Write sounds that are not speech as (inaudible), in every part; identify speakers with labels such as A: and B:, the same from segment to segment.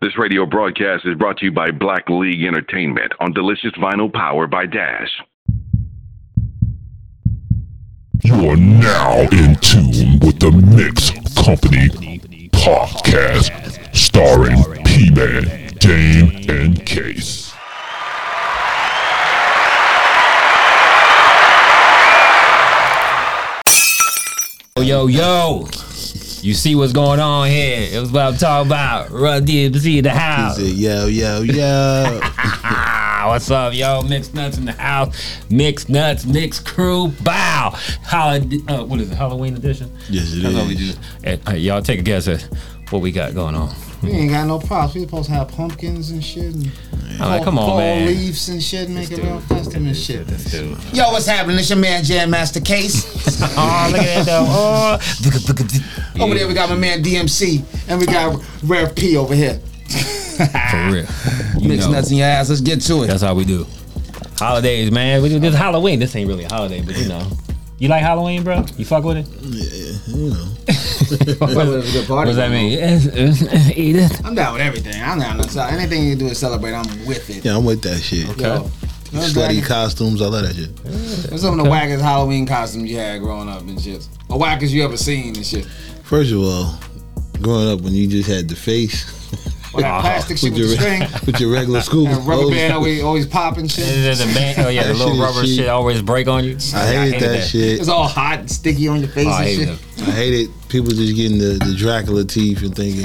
A: This radio broadcast is brought to you by Black League Entertainment on delicious vinyl power by Dash.
B: You are now in tune with the Mix Company podcast, starring P Man, Dame, and Case.
C: Yo, yo, yo. You see what's going on here. It was what I'm talking about. Run DMC in the house.
D: Say, yo, yo, yo.
C: Ah, what's up, yo? Mixed Nuts in the house. Mixed Nuts, Mixed Crew. Bow. Holiday, uh, what is it? Halloween edition?
D: (laughs) yes, it
C: That's what we
D: is.
C: do. And, uh, y'all take a guess at what we got going on.
E: We ain't got no props. We supposed to have pumpkins and shit. And
C: I'm like, come on,
E: fall
C: man.
E: leaves and shit. Make it real custom and shit.
C: This dude.
E: Yo, what's happening? It's your man Jam
C: (laughs)
E: Master Case.
C: Oh, look at that, though. Oh, look at, look at the-
E: over there, we got my man DMC, and we got Rev P over here.
C: For real. You
E: Mix
C: know.
E: nuts in your ass. Let's get to it.
C: That's how we do. Holidays, man. We do this Halloween. This ain't really a holiday, but you know. You like Halloween, bro? You fuck with it?
D: You know,
E: (laughs)
C: what
E: was a good party
C: does that
E: going
C: mean? Yes, yes, (laughs) Eat it.
E: I'm down with everything. I'm down with anything you do to celebrate. I'm with it.
D: yeah, I'm with that shit.
E: Yo, what's
D: Slutty
E: that-
D: costumes, I love that shit.
E: what's some of the wackest Halloween costumes you had growing up and shit? Or wackest you ever seen and shit?
D: First of all, growing up when you just had the face (laughs)
E: Or that plastic shit with the
C: (laughs)
E: string
D: with your regular school
E: (laughs) and rubber
D: clothes.
E: band always, always popping shit.
C: Is it the band? Oh yeah, the
D: That
C: little
D: shit is
C: rubber
D: cheap.
C: shit always break on you.
D: I hated that, shit.
E: It's all hot and sticky on your face
C: Oh, I
E: and
C: hate
E: shit.
C: that.
D: I hated people just getting the, the Dracula teeth and
E: (laughs)
D: thinking,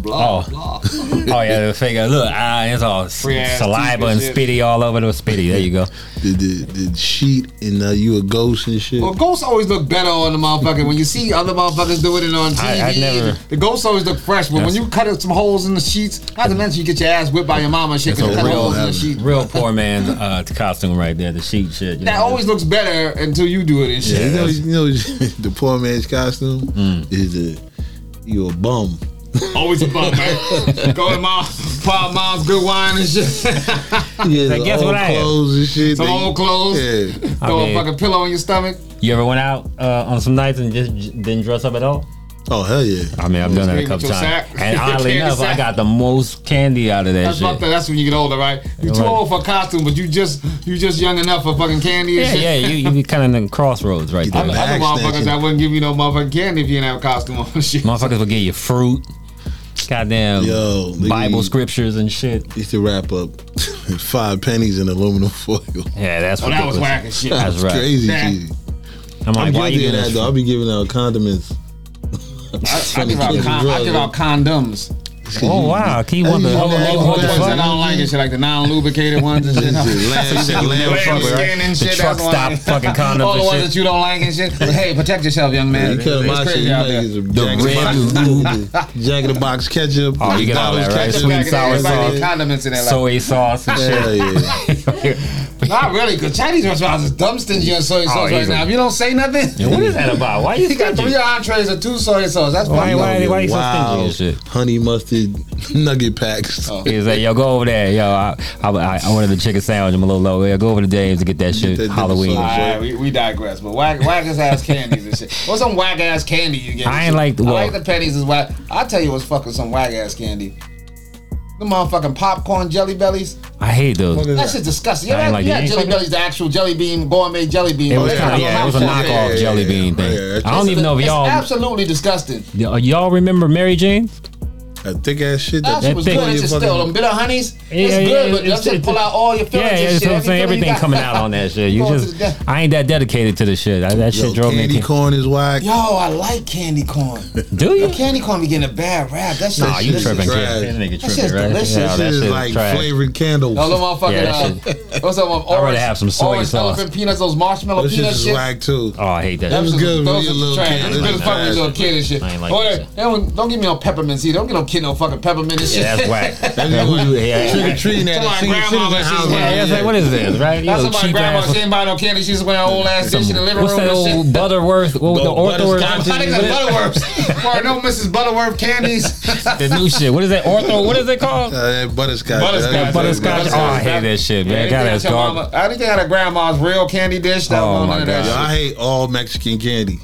E: Blah,
C: Oh.
E: blah.
C: Oh yeah, the fake. Look, ah, it's all s-
E: Free-ass
C: saliva
E: teeth
C: and
E: and shit.
C: spitty all over the spitty. There you go.
D: the, the, the sheet and uh, you a ghost and shit.
E: Well, ghosts always look better on the motherfucker. When you see other motherfuckers doing it on TV,
C: I- I never-
E: the ghosts always look fresh. But when
C: That's-
E: you cut up some holes in the sheets, not to mention you get your ass whipped by your mama and shit because
C: That's
E: you
C: a
E: cut
C: real-
E: holes in the sheet.
C: Real poor man's uh, costume right there. The sheet shit. you
E: That
C: know.
E: always looks better until you do it and
D: Yeah,
E: shit.
D: you know, you know (laughs) the poor man's costume is the you a
E: (laughs)
D: bum.
E: Always a bum,
C: (laughs)
E: man. Go to mom, pop mom's good wine and shit. (laughs)
D: Yeah,
C: Like,
D: the
C: guess
D: old
C: what I have?
D: clothes and shit.
E: Some
D: They-
E: old clothes.
D: Yeah.
E: Throw
C: mean-
E: a fucking pillow on your stomach.
C: You ever went out uh, on some nights and just j- didn't dress up at all?
D: Oh hell yeah.
C: I mean, I've done that a
E: Scream
C: couple
E: with your
C: times.
E: sack.
C: And oddly
E: Candy
C: enough, I
E: sack.
C: got the most candy out of that
E: That's
C: shit.
E: fucked up. That's when you get older, right? You too
C: Right.
E: old for a costume, but you just you just young enough for fucking candy and
C: Yeah,
E: shit.
C: yeah, you you be kind of in the crossroads right there.
E: I know
C: man.
E: other
D: Back
E: motherfuckers
D: snatching.
E: that wouldn't give you no motherfucking candy if you didn't have a costume on and shit.
C: Motherfuckers will give you fruit, goddamn
D: Yo,
C: Bible
D: nigga.
C: scriptures and shit.
D: Used to wrap up (laughs) five pennies in aluminum (laughs) foil.
C: Yeah, that's
E: Oh, that
C: ridiculous.
E: was whack as shit.
C: That's
D: It's
C: right.
D: Crazy.
E: Nah.
D: cheesy.
C: I'm like,
D: I'm
C: why
D: guilty
C: you doing
D: of that
C: that?
D: though. I'll be giving out condiments.
E: I give out, con- I give out condoms.
C: Oh wow, keep one
D: Hey,
C: the
D: you
C: oh,
D: know
C: oh,
D: that
C: what the
E: Ones that I
C: fuck?
E: don't like and shit, like the non-lubricated
C: (laughs)
E: ones and shit. Lamb
C: Fuck,
E: skin
C: right?
E: and
C: The
E: shit.
C: truck
E: that's why-
C: stop fucking condoms
E: All the
C: and
E: ones
C: shit.
E: that you don't like and shit. But hey, protect yourself, young man.
D: You cut my
E: it's
D: shit.
E: crazy
D: You
E: out there.
D: might get some Jack in the
C: red
D: Box noodles, Jack in the Box ketchup.
C: Oh, you get all that,
D: McDonald's
C: right?
D: ketchup.
C: Sweet and
E: Back in the
C: sour
E: day, everybody
C: sauce.
E: had condiments in their life.
C: Soy sauce and
D: Hell
C: shit.
D: yeah.
E: Not really, because Chinese restaurants is dumb stingy on
C: Oh,
E: soy sauce right
C: easy.
E: now. If you don't say nothing, (laughs)
C: What is that about? Why you
E: he got three
C: stingy?
E: entrees of two soy sauce. That's
C: Why-
E: (laughs) why.
C: why- you so
D: Wow.
C: stingy and shit?
D: Honey mustard (laughs) nugget packs.
E: Oh.
C: He's like, yo, go over there, yo. I, I, I ordered the chicken sandwich. I'm a little low. Yeah, go over to Dave's to get that shit.
D: that
C: Halloween.
D: sauce.
E: All right, we, we digress, but whack, whack his ass candies and shit. What's some whack ass candy you get?
C: I ain't like the-
E: the. I
C: well-
E: like the pennies is whack. I tell you what's fucking some whack ass candy. The motherfucking popcorn jelly bellies.
C: I hate those.
E: That shit's
C: I
E: disgusting. Yeah,
C: ain't
E: had
C: like
E: you
C: it.
E: had jelly bellies, the actual jelly bean, gourmet jelly bean.
C: It
E: but
C: was
E: it's
C: kind of
E: not
C: yeah, it was a
E: popcorn.
C: knockoff
D: yeah,
C: jelly
D: yeah,
C: bean
D: yeah.
C: thing.
D: Yeah,
C: I don't even know if
E: It's
C: y'all
E: absolutely disgusting.
C: y- y'all remember Mary Jane.
D: That thick ass shit.
E: That shit was
C: thing-
E: good. It's just still them bitter honeys. It's
C: Yeah,
E: good,
C: yeah,
E: but
C: it's-
E: that's just
C: it's-
E: pull out all your feelings.
C: Yeah,
E: and
C: yeah, that's what
E: shit.
C: I'm saying.
E: Any feeling you
C: Everything
E: got-
C: coming out
E: (laughs)
C: on (laughs) that shit. You
E: Going to the
C: just,
E: death.
C: I ain't that dedicated to the shit. I, that shit
D: Yo,
C: drove
D: candy
C: me.
D: corn is whack.
E: Yo, I like candy
C: (laughs)
E: corn.
C: Do you?
E: candy corn be getting a bad rap. That shit.
C: Nah, you
D: This is
C: tripping, kid.
D: trash.
C: That nigga
E: That shit's
C: tripping, right?
E: delicious.
C: Yeah, that
D: This
C: shit
D: is
C: is
D: like
C: trash.
D: flavored candles.
E: No, little motherfucking.
C: Yeah,
E: uh, what's up? Um, orange,
C: have some soy
E: orange
C: sauce.
E: elephant peanuts, those marshmallow
D: This shit
E: peanut
D: is
E: shit.
D: whack too.
C: Oh, I hate that.
D: That was
E: Those
D: good
E: are-
D: when
E: those
D: you
E: are
D: a little
E: trash.
D: kid.
E: It's good as fuck when you a little kid and shit.
C: I ain't like
E: Oh,
C: that
E: yeah.
C: shit.
E: Don't don't give me no peppermints either. Don't get no kid no fucking peppermint and shit.
C: yeah, that's whack.
D: That nigga was
C: Yeah.
D: Trick or treating at
E: Tell my
D: a senior
E: grandma
D: citizen
E: that she's
D: house.
E: whack.
C: Yeah, that's like, what is this, right? You
E: That's
C: little
E: somebody
C: cheap
E: grandma.
C: ass.
E: She didn't buy no candy. She just went old ass dish in the living
C: What's
E: room
C: that
E: and
C: old
E: shit.
C: Butterworth? What was the
D: Butterworth
C: Orthworth?
E: I think that's Butterworth. Why no Mrs. Butterworth candies?
C: The new shit. What is that? Ortho? What is it called?
D: Uh, that butterscotch. That-
E: Butterscotch.
C: That butterscotch.
E: Butterscotch.
C: Oh, I hate that shit, man. God, that's
E: Anything at your
C: garbage.
E: mama- Anything out of grandma's real candy dish, that
C: Oh,
E: won't
C: my
E: none of
C: God.
E: that
D: Yo,
E: shit.
D: I hate all Mexican candy.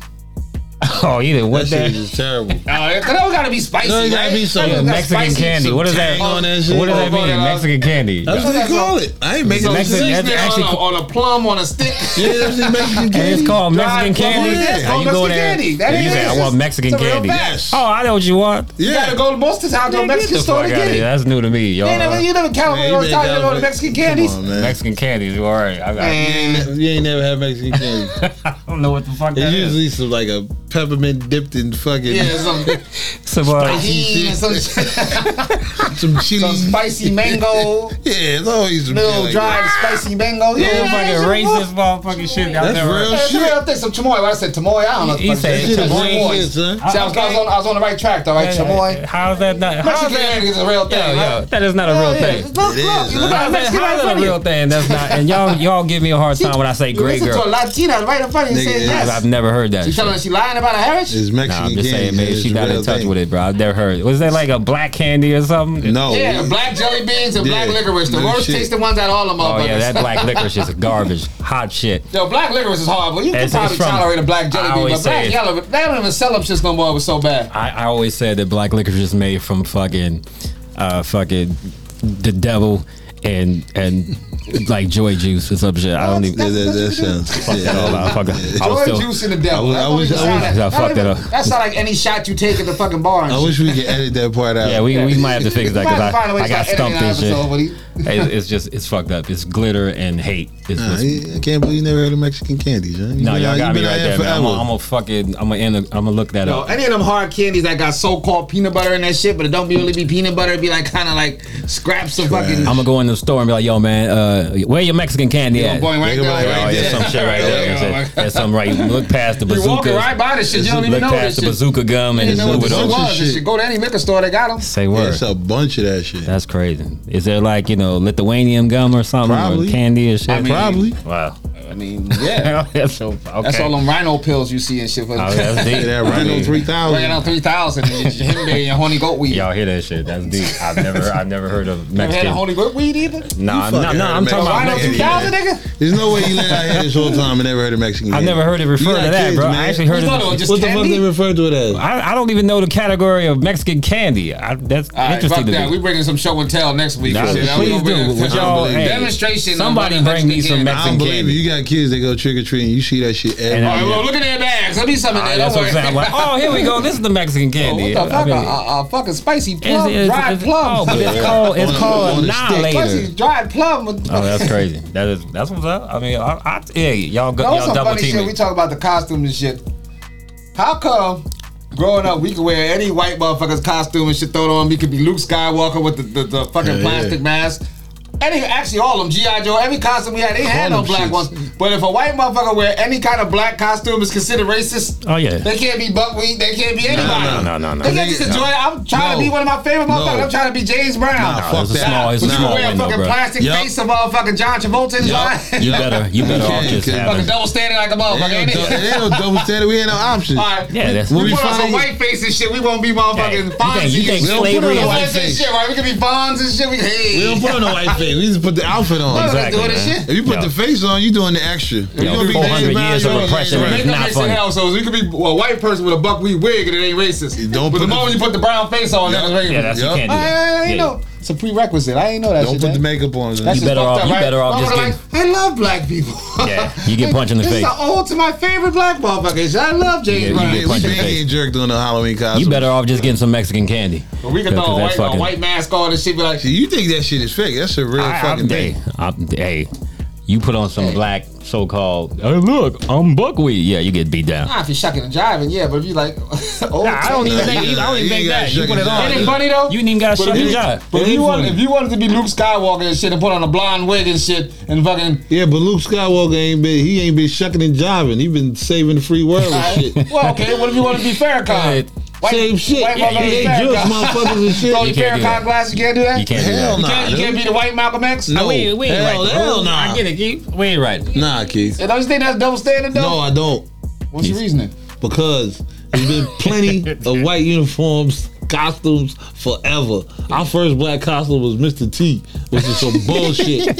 C: call either.
D: That
C: What
D: shit
C: that?
D: is terrible.
E: Oh, it don't gotta be spicy.
D: No, it gotta
E: right?
D: be some
E: That don't got
C: Mexican
E: spicy.
C: candy.
D: some
C: What is that?
D: tang on
C: What
D: that
C: does
D: shit.
C: that
E: Oh,
C: mean?
E: oh, oh.
C: Mexican candy.
D: That's what they call it. I ain't making no
C: Mexican-
D: shit.
C: That's
E: Seasoning on,
C: actually-
E: a, on a plum on a stick.
D: Yeah, that's just Mexican
C: And
D: candy.
C: (laughs) it's called
E: Dried
C: Mexican
E: plum
C: candy.
E: on it. It's
C: Now,
E: called
C: you go
E: Mexican
C: there.
E: candy. That
C: and you
E: is.
C: say, I want
E: It's-
C: Mexican
E: it's a real
C: candy.
E: fact.
C: Oh, I know what you want.
D: Yeah.
E: You gotta go to most of the time to a
C: Man, get
E: Mexican
C: the
E: store
C: fuck
E: to
C: outta
E: get
C: here.
E: it.
C: That's new to me,
E: You ain't never, you
C: y'all.
E: never
D: Man,
E: California
D: you
E: all the
D: been
E: time to
D: down
E: go to
D: with-
E: Mexican candies.
D: Come on, man.
C: Mexican candies. You all right? I, I,
E: Man,
D: You ain't never had Mexican candy.
C: (laughs) I don't know what the fuck that
D: It's
C: is.
D: usually some like a peppermint dipped in fucking (laughs)
E: yeah, some
C: Some, uh,
E: tahini and some,
D: some chili.
E: (laughs) some spicy
D: (laughs)
E: mango,
D: Yeah, it's always some shit
E: little
D: like
E: dried spicy mango. Yeah,
C: some fucking
E: that's
C: racist motherfucking shit. I've
D: That's
C: never
D: real
E: Hey,
D: shit.
E: I think some chamoy. When I said chamoy, I don't know.
C: He
E: what the fuck
C: said
E: it
D: Shit
E: is.
D: is
E: chamoy.
D: racist,
E: See,
D: son.
E: I, was, I, was on, I was on the right track, though, right? chamoy.
C: How's that not? How's
E: Mexican
C: that?
E: candy is a real thing.
C: Yo,
E: right?
C: yo, that is not a real
E: Yeah,
C: thing.
E: Look, look,
D: It is,
E: you look
D: huh?
E: at a
C: How's that,
E: Mexican right
C: how's that
E: in front
C: a
E: of you.
C: real thing? That's not. And y'all, y'all give me a hard time when I say
E: You
C: gray
E: listen to a
C: girl.
E: Latina right in front of you
D: Nigga,
E: saying
D: it-
E: yes.
C: I've never heard that.
E: You
C: shit.
E: telling her she lying about her heritage?
D: It's Mexican
C: Nah, I'm just
D: candy.
C: saying, man,
D: it's
C: she
D: a
C: not in
D: real
C: touch
D: thing.
C: with it, bro. I've never heard. Was that like a black candy or something?
D: No.
E: Yeah, black jelly beans and
D: Yeah,
E: black licorice. The
D: no
E: worst
D: shit.
E: tasting ones out of all of them.
C: Oh yeah, that
E: motherfuckers.
C: black licorice is garbage, hot shit.
E: Yo, black licorice is horrible. You can
C: It's- it's
E: probably
C: from-
E: tolerate a black jelly
C: I
E: bean,
C: always
E: but black
C: say it.
E: yellow, they don't even sell them shits no more. It was so bad.
C: I, I always said that black licorice is made from fucking, uh, fucking, the devil and and like joy juice or some shit. I don't even.
D: Yeah, that, that sounds.
C: Fuck that all
D: Yeah.
C: out. Fuck that. I was
E: Orange
C: still.
E: juice and the devil.
D: I
E: That
D: wish-
E: don't
D: I
E: even
D: wish-
E: sound
C: I
E: like- that
C: fucked
E: don't
C: that
E: even-
C: up.
E: That's not like any shot you take at the fucking bar. and
D: I
E: shit.
D: wish we could edit that part out.
C: Yeah, we, we might have to fix that
E: You might
C: because
E: find a way
C: I, I
E: to
C: got
E: start editing
C: stumped and
E: that
C: shit.
E: episode, buddy.
C: It's, it's just it's fucked up. It's glitter and hate. It's
D: Nah,
C: what's
D: he- I can't believe you never heard of Mexican candy, John. You
C: No,
D: been
C: y'all
D: out- you
C: got
D: been
C: me
D: out
C: right
D: here
C: there, man. I'm
D: forever.
C: gonna I'm gonna fucking, I'm gonna, end, I'm gonna look that
E: Yo,
C: up.
E: any of them hard candies that got so-called peanut butter in that shit, but it don't be really be peanut butter. It be like kind of like scraps of fucking.
C: I'm gonna go in the store and be like, yo, man, uh, where your Mexican candy at?
E: going right
D: Nigga,
E: there.
D: right
C: Oh,
E: Right
D: there.
C: yeah,
E: there.
C: some shit right there.
E: Yeah,
C: That's
E: like-
C: it. That's something right. Look past the bazooka.
E: You're walking right by this shit. You don't even
C: look
E: know
C: past
E: this
C: the
E: shit. You
C: bazooka gum and
E: didn't know what
C: move
E: this
C: it
D: bazooka
E: shit
C: over.
E: was. This
D: shit.
E: shit. Go to any liquor store. They got them.
C: Say
D: Yeah,
C: word.
D: it's a bunch of that shit.
C: That's crazy. Is there like you know Lithuanian gum or something
D: Probably.
C: or candy or shit?
E: I mean-
D: Probably.
E: (laughs)
C: Wow. (laughs)
E: I mean, yeah.
C: that's so. (laughs) Okay.
E: That's all them rhino pills you see and shit.
C: (laughs)
E: For
C: Oh,
E: (laughs)
C: that's
E: Bringing
C: deep.
D: Yeah, that Rhino
E: out
D: 3000.
E: 3,000 and your him and your honey goat weed.
C: Y'all hear that shit? That's deep. I've
D: (laughs)
C: never, I've never heard of
E: Never had a
C: Mexican.
E: honey goat weed either?
C: Nah,
D: fucking
C: nah,
D: heard
C: nah.
D: of
C: I'm talking
D: Mexican.
C: about
E: Rhino
D: Mexican,
E: 2000,
D: yeah.
E: nigga?
D: There's no way you let out here this whole time and never heard of
C: (laughs)
D: Mexican
C: I
D: candy.
C: never heard it
D: You
C: referred
D: got
C: to that,
D: kids,
C: bro.
D: man.
C: I actually heard
E: You thought it
C: it.
E: was just
D: What the fuck
E: candy?
D: they refer to it as?
C: I, I don't even know the category of Mexican candy. I, that's
E: All right,
C: interesting
E: fuck
C: to
E: that.
C: me.
E: We bringing some show and tell next week.
C: Nah,
E: Shit, I
C: please
E: don't know
C: do.
E: where
C: Would
E: that-
C: y'all, hey,
E: Demonstration of
C: Somebody
E: what
C: bring me some
E: Mexican-
D: I
C: Mexican
D: don't believe
C: candy.
D: it. You got kids that go trick or treating. You see that shit every
C: And
E: All right, well, look in their bags. There'll be something
C: Ah,
E: there.
C: that's
E: Don't
C: what
E: worry.
C: I'm saying. I'm like, oh, here we go. This is the Mexican
E: (laughs) What
C: candy.
E: the fuck?
C: I mean,
E: a, a, a fucking spicy plum,
C: it's- it's-
E: dried
C: it's-
E: plum.
C: Oh, but it's called, it's
D: On a-
C: called
D: on a stick.
E: (laughs) Spicy
C: annihilator.
E: dried plum. With,
C: Oh, that's crazy. That is that's what's up. I mean, I, I, yeah, y'all go,
E: That was
C: y'all
E: some
C: double
E: funny shit.
C: team
E: We
C: me.
E: talk about the costumes and shit. How come growing up we could wear any white motherfucker's costume and shit thrown on? We could be Luke Skywalker with the, the, the fucking
D: Yeah,
E: plastic
D: yeah.
E: mask. Any actually all of them GI Joe. Every costume we had, they had
D: All them
E: no black
D: shits.
E: ones. But if a white motherfucker wear any kind of black costume, it's considered racist.
C: Oh yeah.
E: They can't be buckwheat. They can't be anybody.
C: no, no, no, no.
E: They can't just enjoy. it. I'm
D: No.
E: trying to be one of my favorite motherfuckers.
D: No.
E: I'm trying to be James Brown.
D: Nah,
C: Oh, it's a
D: Fuck that.
C: small, it's a
E: Would you
C: small
E: wear a
C: window,
E: fucking
C: bro.
E: plastic
D: Yup.
E: face of motherfucking John Travolta and (laughs) shit?
C: You better, you better off
D: can't,
C: just
D: kid.
C: having.
E: Fucking double standard like a motherfucker,
D: Ain't
E: ain't
D: no,
E: it?
D: ain't no double standard. We ain't no options.
E: Alright,
C: Yeah, that's-
E: we,
D: When
E: we
D: we
E: put on some
D: find-
E: white face and shit. We won't be motherfucking
C: Hey,
E: Fonzie.
C: you think- you think
E: and shit.
D: don't put on
C: slavery
D: a
E: We
C: is-
E: don't
D: white
E: have that
D: face.
E: shit, right? We could be Fonz and shit. We, hey,
D: We don't put on a white face. We just put the outfit on.
C: Exactly,
E: Exactly. doing this
C: man.
E: shit.
D: If you put
C: Yo.
D: the face on, you doing the extra. You
C: Yo,
D: gonna be
C: 400
D: Dave
C: years of
D: Matthews.
C: repression.
D: Right.
E: Makeup
C: Not
E: makes it
C: funny.
E: hell, so we could be a white person with a buckwheat wig and it ain't racist.
D: Don't put
E: but
D: the-
E: the moment you put the brown face on,
D: Yeah.
E: that's racist.
C: Yeah, that's you
D: Yup.
C: can't do
E: I, I
C: that.
E: ain't
C: Yeah.
E: know. It's a prerequisite. I ain't know that
D: Don't
E: shit.
D: put
E: man.
D: the makeup on. son.
E: That's
C: You
E: just
C: better
E: fucked
C: off- you better off just
E: Motherfucker like, I love black people. (laughs)
C: Yeah, you get punched in the
E: This is
C: face.
E: the old to my favorite black motherfuckers. I love
C: Yeah,
E: James
C: you
E: Brown.
C: get
D: Yeah, we
C: punch in
D: been
C: the face.
D: getting jerked on the Halloween costume.
C: You better off just getting some Mexican candy.
E: But we can
C: Yeah,
E: throw a
C: 'cause
E: white,
C: that's
E: a
C: fucking-
E: white mask on and shit. Be like,
D: See, you think that shit is fake? That's a real
C: I,
D: fucking
C: I'm,
D: thing.
C: hey, I'm, hey, you put on some black so-called. Hey, look, I'm buckwheat. Yeah, you get beat down.
E: Nah, if you're shucking and jiving, yeah. But if you like, oh,
C: Nah, I don't even
D: Yeah,
C: (laughs) think.
D: you-
C: I don't even
D: you
C: think
D: ain't
C: that.
D: gotta
C: You put it
D: shake
C: on.
E: Ain't
D: your
E: it funny though?
C: You ain't even got to
E: But
C: shut
E: if
C: your
E: you-
C: job.
E: But if you, wanted, if
C: funny.
E: you wanted to be Luke Skywalker and shit and put on a blonde wig and shit and fucking.
D: Yeah, but Luke Skywalker ain't been he ain't been shucking and jiving. He been saving the free world
C: (laughs)
D: and shit.
E: well, okay. What if you want to be Farrakhan? White-
D: Same shit.
E: White
D: Yeah,
E: motherfucker
D: they
E: Farrakhan.
D: Jewish motherfuckers and
E: Throw
D: shit.
E: your
C: You can't do
E: Farrakhan
C: that.
E: glasses. You can't do that.
C: you can't do
D: Hell
C: that.
E: You can't,
D: nah.
E: you can't
D: dude.
E: be the white Malcolm X.
D: No.
C: We, we ain't
D: Hell,
C: right.
D: hell nah.
C: I get it, Keith. We ain't right.
D: Nah, Keith.
E: And Don't you think that's double standard though?
D: No, I don't.
E: What's your reasoning? (laughs)
D: Because there's been plenty of white uniforms
F: costumes forever. Our first black costume was Mr. T, which is some bullshit.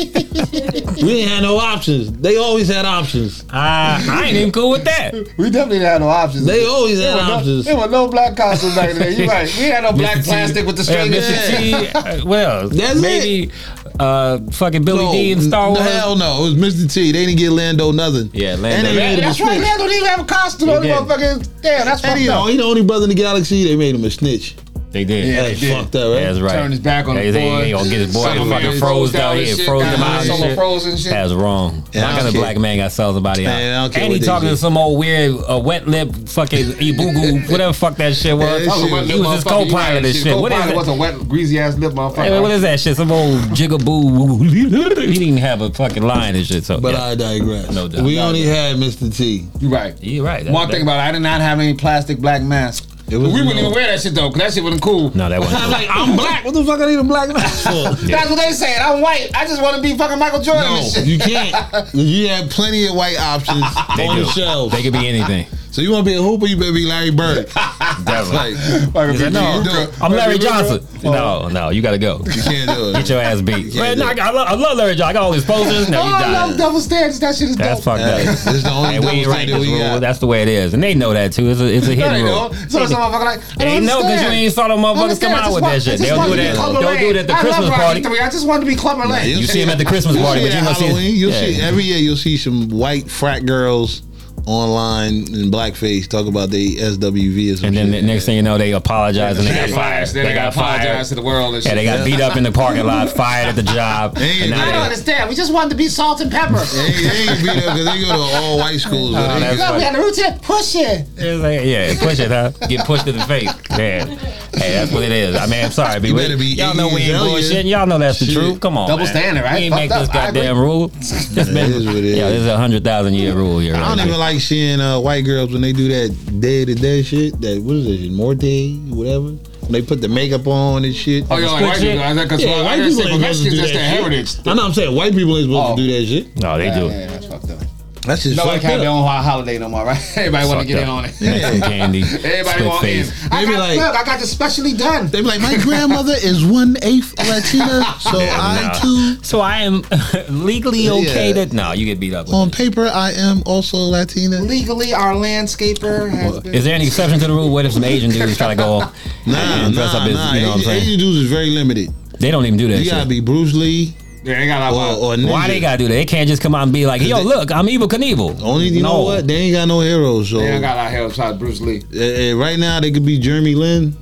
E: (laughs)
F: we didn't have no options. They always had options.
C: (laughs) I ain't even cool with that.
E: We definitely didn't have no options.
F: They always
E: There
F: had
E: were no-
F: options.
E: There were no black costumes back in the day. You right.
C: (laughs)
E: We had no black plastic with the string.
C: Yeah,
E: in it.
C: Mr. T, uh, well,
F: That's
C: maybe uh, fucking Billy
F: No,
C: D and Star Wars.
F: hell
D: no, it was Mr. T. They didn't get Lando nothing.
C: Yeah,
D: And
C: Lando.
D: they
C: Yeah,
D: made him a
E: That's right.
D: snitch.
E: Man don't even have a costume. Only
C: did.
E: motherfucking damn. That's
F: And
E: fucked
F: he,
E: up.
F: the- he the only brother in the galaxy. They made him a snitch.
C: They did.
E: Yeah,
C: Yeah,
E: they
F: That's
E: did.
F: fucked up, right?
C: that's right.
E: Turned his back on
C: they,
E: the
C: they,
E: boy.
C: They gonna get his boy
E: Some
C: and
E: man
C: fucking
E: froze
C: froze
E: down
C: down
E: his
C: here and
E: shit,
C: froze them
E: down
C: out.
E: here,
C: and
E: someone
C: shit.
E: froze and shit.
C: That's wrong.
D: Yeah, I
C: Why can
D: don't
C: a
D: care.
C: black man got sell somebody out?
D: Man, I don't care
C: and he
D: what they
C: talking
D: do.
C: to some old weird uh, wet lip
D: (laughs)
C: fucking ibugu, whatever the fuck that shit was.
D: Yeah, that shit was-
C: he was his co-pilot and shit. What is
E: Co-pilot was a
C: that?
E: wet, greasy ass lip, motherfucker.
C: Hey, what is that shit? Some old jigaboo. he didn't even have a fucking line and shit. So,
F: But
D: uh,
C: yeah.
F: I digress.
C: No doubt.
F: We only had Mr. T.
E: You right.
C: you're right. That-
E: One
C: that-
E: thing about it, I did not have any plastic black mask.
F: It
E: we
F: was
E: wouldn't
F: no-
E: even wear that shit though, cause that shit wasn't cool.
C: No,
E: (laughs)
C: that wasn't.
F: I'm
C: cool.
F: like, I'm black. What the fuck I need a black mask for?
E: That's what they saying. I'm white. I just want to be fucking Michael Jordan and
F: No,
E: shit.
F: you
E: (laughs)
F: can't.
D: You had plenty of white options
C: They
D: on
C: do.
D: the shelf.
C: They could be
D: (laughs)
C: anything.
D: So you want to be a hooper, you better be
C: (laughs)
D: Larry Bird.
C: Definitely.
D: Like, you
E: Fucking
C: said,
E: be
C: no,
E: Luka.
C: I'm Larry
E: Fucking Luka.
C: Johnson. No, no, you gotta go.
D: (laughs) can't do
C: Get
D: it.
C: your ass beat.
D: Oh. (laughs) Yeah,
C: Man,
D: yeah.
C: I, I, love, I love Larry Johnson. I got all his posters. No,
E: Oh,
C: he
E: I love
C: died.
E: double standards. That shit is
C: That's
E: dope.
C: fucked
D: Hey,
C: up.
D: this is the only
C: Hey,
D: double
C: we ain't right
D: standard
C: this
D: we
C: rule.
D: got.
C: That's the way it is, and they know that too. It's a, it's a
E: No, they
C: hidden rule.
E: don't. So some motherfucker like, I
C: They
E: don't
C: know because you
E: understand.
C: ain't saw the
E: I don't
C: motherfuckers come
E: understand. I
C: out
E: just
C: with
E: want-
C: that
E: I
C: shit.
E: just
C: They'll
E: want
C: do
E: to be
C: that.
E: Clubber
C: They'll
E: Lang.
C: do it at the
E: I love
C: Christmas
E: Rocky
C: party.
E: III. I just want to be Clubber Lang.
C: You see him at the Christmas
D: you'll
C: party,
D: see
C: but
D: it
C: you
D: at
C: ain't gonna see-
D: Halloween. You'll
C: Yeah.
D: see every year. You'll see some white frat girls online in blackface talk about they SWV or some
C: And then the
D: shit.
C: next thing you know, they apologize and they got fired.
E: They,
C: They got
E: apologize
C: fired.
E: to the world and shit.
C: Yeah, they got beat up in the parking
D: (laughs)
C: lot, fired at the job.
D: Ain't
C: And
E: I don't
C: now they,
E: understand. We just wanted to be salt and pepper.
D: they,
E: Look,
D: they ain't beat up because they go to all white schools. but
C: Oh,
D: they-
C: that's
E: we
C: funny.
E: had the roots here. Push it.
C: It's like, yeah, push it, huh? Get pushed in the face. Man. Hey, that's what it is. I mean, I'm sorry, B.
D: You better be
C: Y'all know we ain't
D: Elliot.
C: bullshitting. Y'all know that's the
D: Shit.
C: truth. Come on.
E: Double
C: man.
E: standard, right?
C: We ain't make
E: Fucked
C: this
E: up. I agree.
C: goddamn rule. It's been,
D: is what it
C: yeah,
D: is.
C: this is a hundred thousand year rule here.
D: I
C: Right
D: don't even like seeing uh, white girls when they do that day to day shit. That what is it, Morte, whatever. When they put the makeup on and shit.
E: Oh, yeah, like white
C: shit.
E: people. I think that's
F: Yeah,
E: what
F: white
E: I
F: people
E: understand.
F: ain't supposed to
E: Mexicans,
F: do
E: that's
F: that
E: their heritage.
F: shit. I know. I'm saying white people ain't supposed
E: Oh.
F: to do that shit.
C: no, they do.
E: Yeah, that's fucked up.
D: Oh, that's just
E: Nobody
D: fucked
E: can have their
D: up.
E: own ho- holiday no more, right? (laughs) Everybody want to
C: Fucked
E: get in
C: up.
E: on it. (laughs)
C: Make some candy.
E: Everybody
C: split
E: want in.
C: face.
E: I
D: They be
E: got,
D: like-
E: look, I got this specially done.
D: They be like, my grandmother is one eighth Latina, (laughs) so I too,
C: So I am (laughs) legally okay
D: Yeah.
C: that no, you get beat up.
D: on
C: With it.
D: paper, I am also Latina.
E: Legally, our landscaper has been.
C: Is there any exception to the rule? What if some Asian dudes try to
D: (laughs)
C: go
D: Nah,
C: and dress
D: nah,
C: up as
D: nah.
C: you know what I'm
D: Asian,
C: saying?
D: Asian dudes is very limited.
C: They don't even do that.
D: You gotta
C: shit.
D: be Bruce Lee
E: Yeah, they got a
D: or,
E: lot.
D: or ninja.
C: Why they gotta do that? They can't just come out and be like, "Yo, look, I'm Evil Knievel."
D: Only you know what? They ain't got no heroes. So
E: They don't got our hell besides Bruce Lee.
D: uh, uh, right now they could be Jeremy Lin.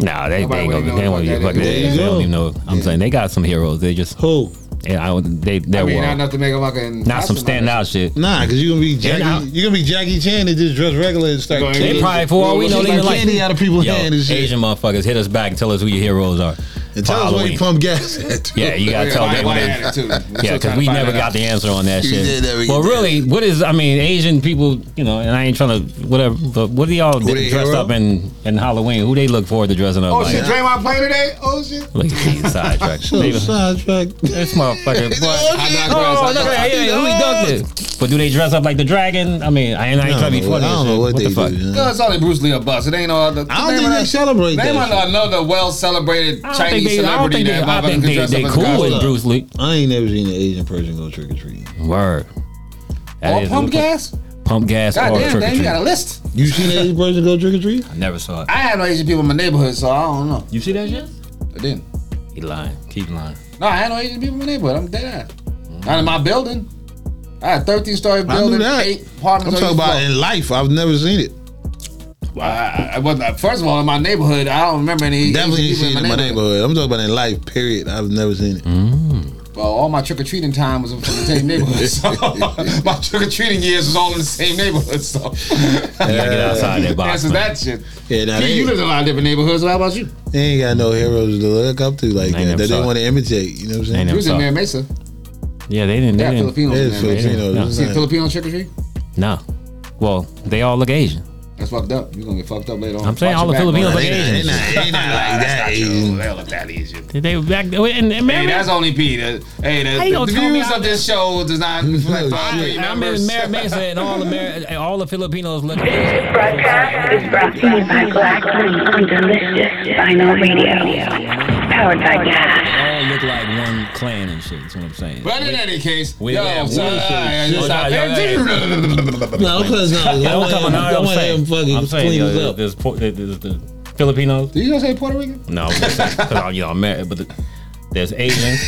C: Nah, they, they
E: Nobody
C: ain't
E: really
C: gonna. They
E: knows what
C: don't even
E: that
C: fucking.
E: is.
D: There you
C: They don't
D: go.
C: even know. I'm saying they got some heroes. They just.
D: Who?
C: Yeah, I don't, they
E: I
C: that
E: mean, not
C: were
E: enough to make a fucking.
C: not some
E: astronaut.
C: standout shit.
D: Nah, because you gonna be Jackie.
C: now-
D: you gonna be Jackie Chan and just dress regular and start.
E: Go ahead.
D: killing-
C: They probably for all we know
D: Shoot
C: they
D: my
C: like
D: candy out of people's
C: Yo,
D: hand and shit.
C: Asian motherfuckers hit us back and tell us who your heroes are.
D: And
C: for
D: tell us where
C: Halloween.
D: you pump gas at. too.
C: Yeah, you gotta
E: Yeah,
C: tell
E: why-
C: them
E: why
C: what it
E: add
C: is.
E: it too? We're
C: Yeah,
E: still trying
C: because
E: to
C: we
E: find
C: never
E: that
C: got
E: out.
C: the answer on that
D: did
C: shit.
D: never get
C: Well,
D: the
C: really, what is? I mean, Asian people, you know, and I ain't trying to whatever. But what do y'all
D: they
C: dressed
D: hero?
C: up in in Halloween? Who they look forward to dressing up
E: Oh
C: like?
E: shit, Draymond playing today? Oh shit.
C: Look at these
D: (laughs)
C: sidetracks.
D: So
C: They-
D: sidetrack.
C: This
D: (laughs)
C: motherfucker.
D: What?
C: What?
E: I digress.
C: Oh,
E: I
C: look
E: digress.
C: at yeah, who he dunked it. But do they dress up like the dragon? I mean, I ain't, I ain't trying to be
D: know what-
C: funny.
D: I don't know what, they
C: the fuck?
D: do. yeah.
E: No, it's only Bruce Lee or bust. It ain't no other.
D: I don't think they celebrate
E: Name
D: that. shit.
E: another well celebrated
C: I don't
E: Chinese
C: think they. I don't
E: celebrity
C: think they.
E: that
C: I
E: motherfucker
C: think
E: can
C: they.
E: dress
C: They
E: up as a
C: cool with
E: costume.
C: Bruce Lee.
D: I ain't never seen an Asian person go trick or treating.
C: Word. That
E: Or
C: is-
E: pump gas?
C: Pump gas
E: God
C: or
E: damn,
C: trick or
E: dang, you got a
C: treat.
E: list.
D: You seen an Asian person go trick or treat?
C: I never saw it.
E: I had no Asian people in my neighborhood, so I don't know.
C: You see that shit?
E: I didn't.
C: He lying. Keep lying.
E: No, I had no Asian people in my neighborhood. I'm dead ass. Not in my building. I had a 13 story
D: knew
E: building,
D: that.
E: eight apartments.
D: I'm
E: on
D: talking
E: each
D: about
E: floor.
D: in life. I've never seen it.
E: I, I wasn't, first of all, in my neighborhood, I don't remember any.
D: Definitely ain't
E: Asian people
D: seen it in my neighborhood. I'm talking about in life. Period. I've never seen it.
E: Well, all my trick or treating time was in the same (laughs) neighborhood. So my trick or treating years was all in the same neighborhood. So
C: You gotta get
D: Uh,
C: outside that
D: (laughs)
C: box.
E: answers
C: man.
E: that shit.
D: Yeah, now
E: you,
D: they-
E: you lived in a lot of different neighborhoods. So how about you?
D: They ain't got no heroes to look up to like
C: Ain't
D: that. That
C: never
D: they
C: saw it.
D: want to imitate. You know what I'm saying?
C: Ain't
E: You
C: never
E: was
C: saw
E: in Mary
C: it.
E: Mesa.
C: Yeah, they didn't.
E: Yeah,
C: They didn't.
E: Filipinos.
D: It
E: in
D: is
E: Mary Mesa.
D: Filipinos.
C: Yeah.
D: It's
E: See
D: not-
E: Filipino trick or treat?
C: No. Well, they all look Asian.
E: That's fucked up. You're gonna get fucked up later on.
C: I'm saying
E: Watch
C: all
E: your
C: the Filipinos
E: back, bro.
C: are
G: They not, they not, they not like that. Asian.
E: They don't look that Asian.
C: They were back and, and
E: Hey,
C: Mary,
E: that's only Peter. Hey,
C: How
E: the,
C: you
E: the,
C: gonna tell me
E: views
C: I'm-
E: of this show does not (laughs) reflect
G: Oh,
E: all
G: shit.
E: three
C: I mean,
E: members.
C: Mary Mason and all the Mary, all the Filipinos look.
H: Broadcast is brought to you by Black Honey on Delicious Vinyl Radio. Powered by Gas.
C: All look like one clan and shit. That's what I'm saying.
E: But in any case,
C: we- yeah,
E: yo,
C: we-
E: son,
C: we-
E: I- I-
C: shit.
E: I-
C: Yeah,
E: I-
I: No, because no, I
C: Yeah, I'm
I: want
C: talking
I: him- I
C: about. I'm
I: want him
C: saying.
I: fucking
C: I'm saying.
I: clean
C: Yo,
I: us
C: this,
I: up.
C: this, po- this, this, the Filipinos.
E: Did you gonna say Puerto Rican?
C: (laughs) No, because I'm, you know, I'm married, but the, there's
E: (laughs)
C: Asians.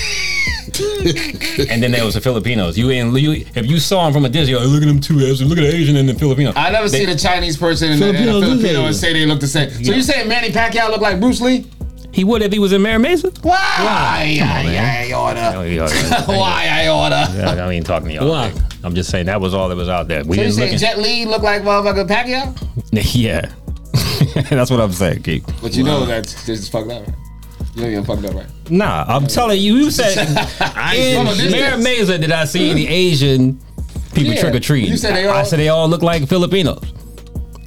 C: and then there was the Filipinos. You in you if you saw them from a distance, you're like, look at them two Asians, look at the Asian and the Filipino.
E: I never
C: They-
E: seen a Chinese person and, a- and
I: Filipinos
E: a
I: do
E: Filipino
I: that.
E: and say they look the same. So you saying Manny Pacquiao look like Bruce Lee?
C: He would if he was in Mary (laughs) Mason.
E: Why? I, I order. (laughs) Why I order.
C: Oh, I don't even talk to y'all.
I: Why?
C: I'm just saying that was all that was out there. We
E: So you
C: didn't
E: saying
C: look
E: Jet Li look like motherfucking Pacquiao?
C: at- (laughs) Yeah. (laughs) That's what I'm saying, Keith.
E: But you know that this is fucked up, right? You know you're fucked up, right?
C: Nah, I'm telling you, (laughs) you said in
E: from a distance.
C: Mary Mason did I see any Asian people
E: Yeah.
C: trick or treating?
E: You said they
C: I
E: all-
C: said they all look like Filipinos.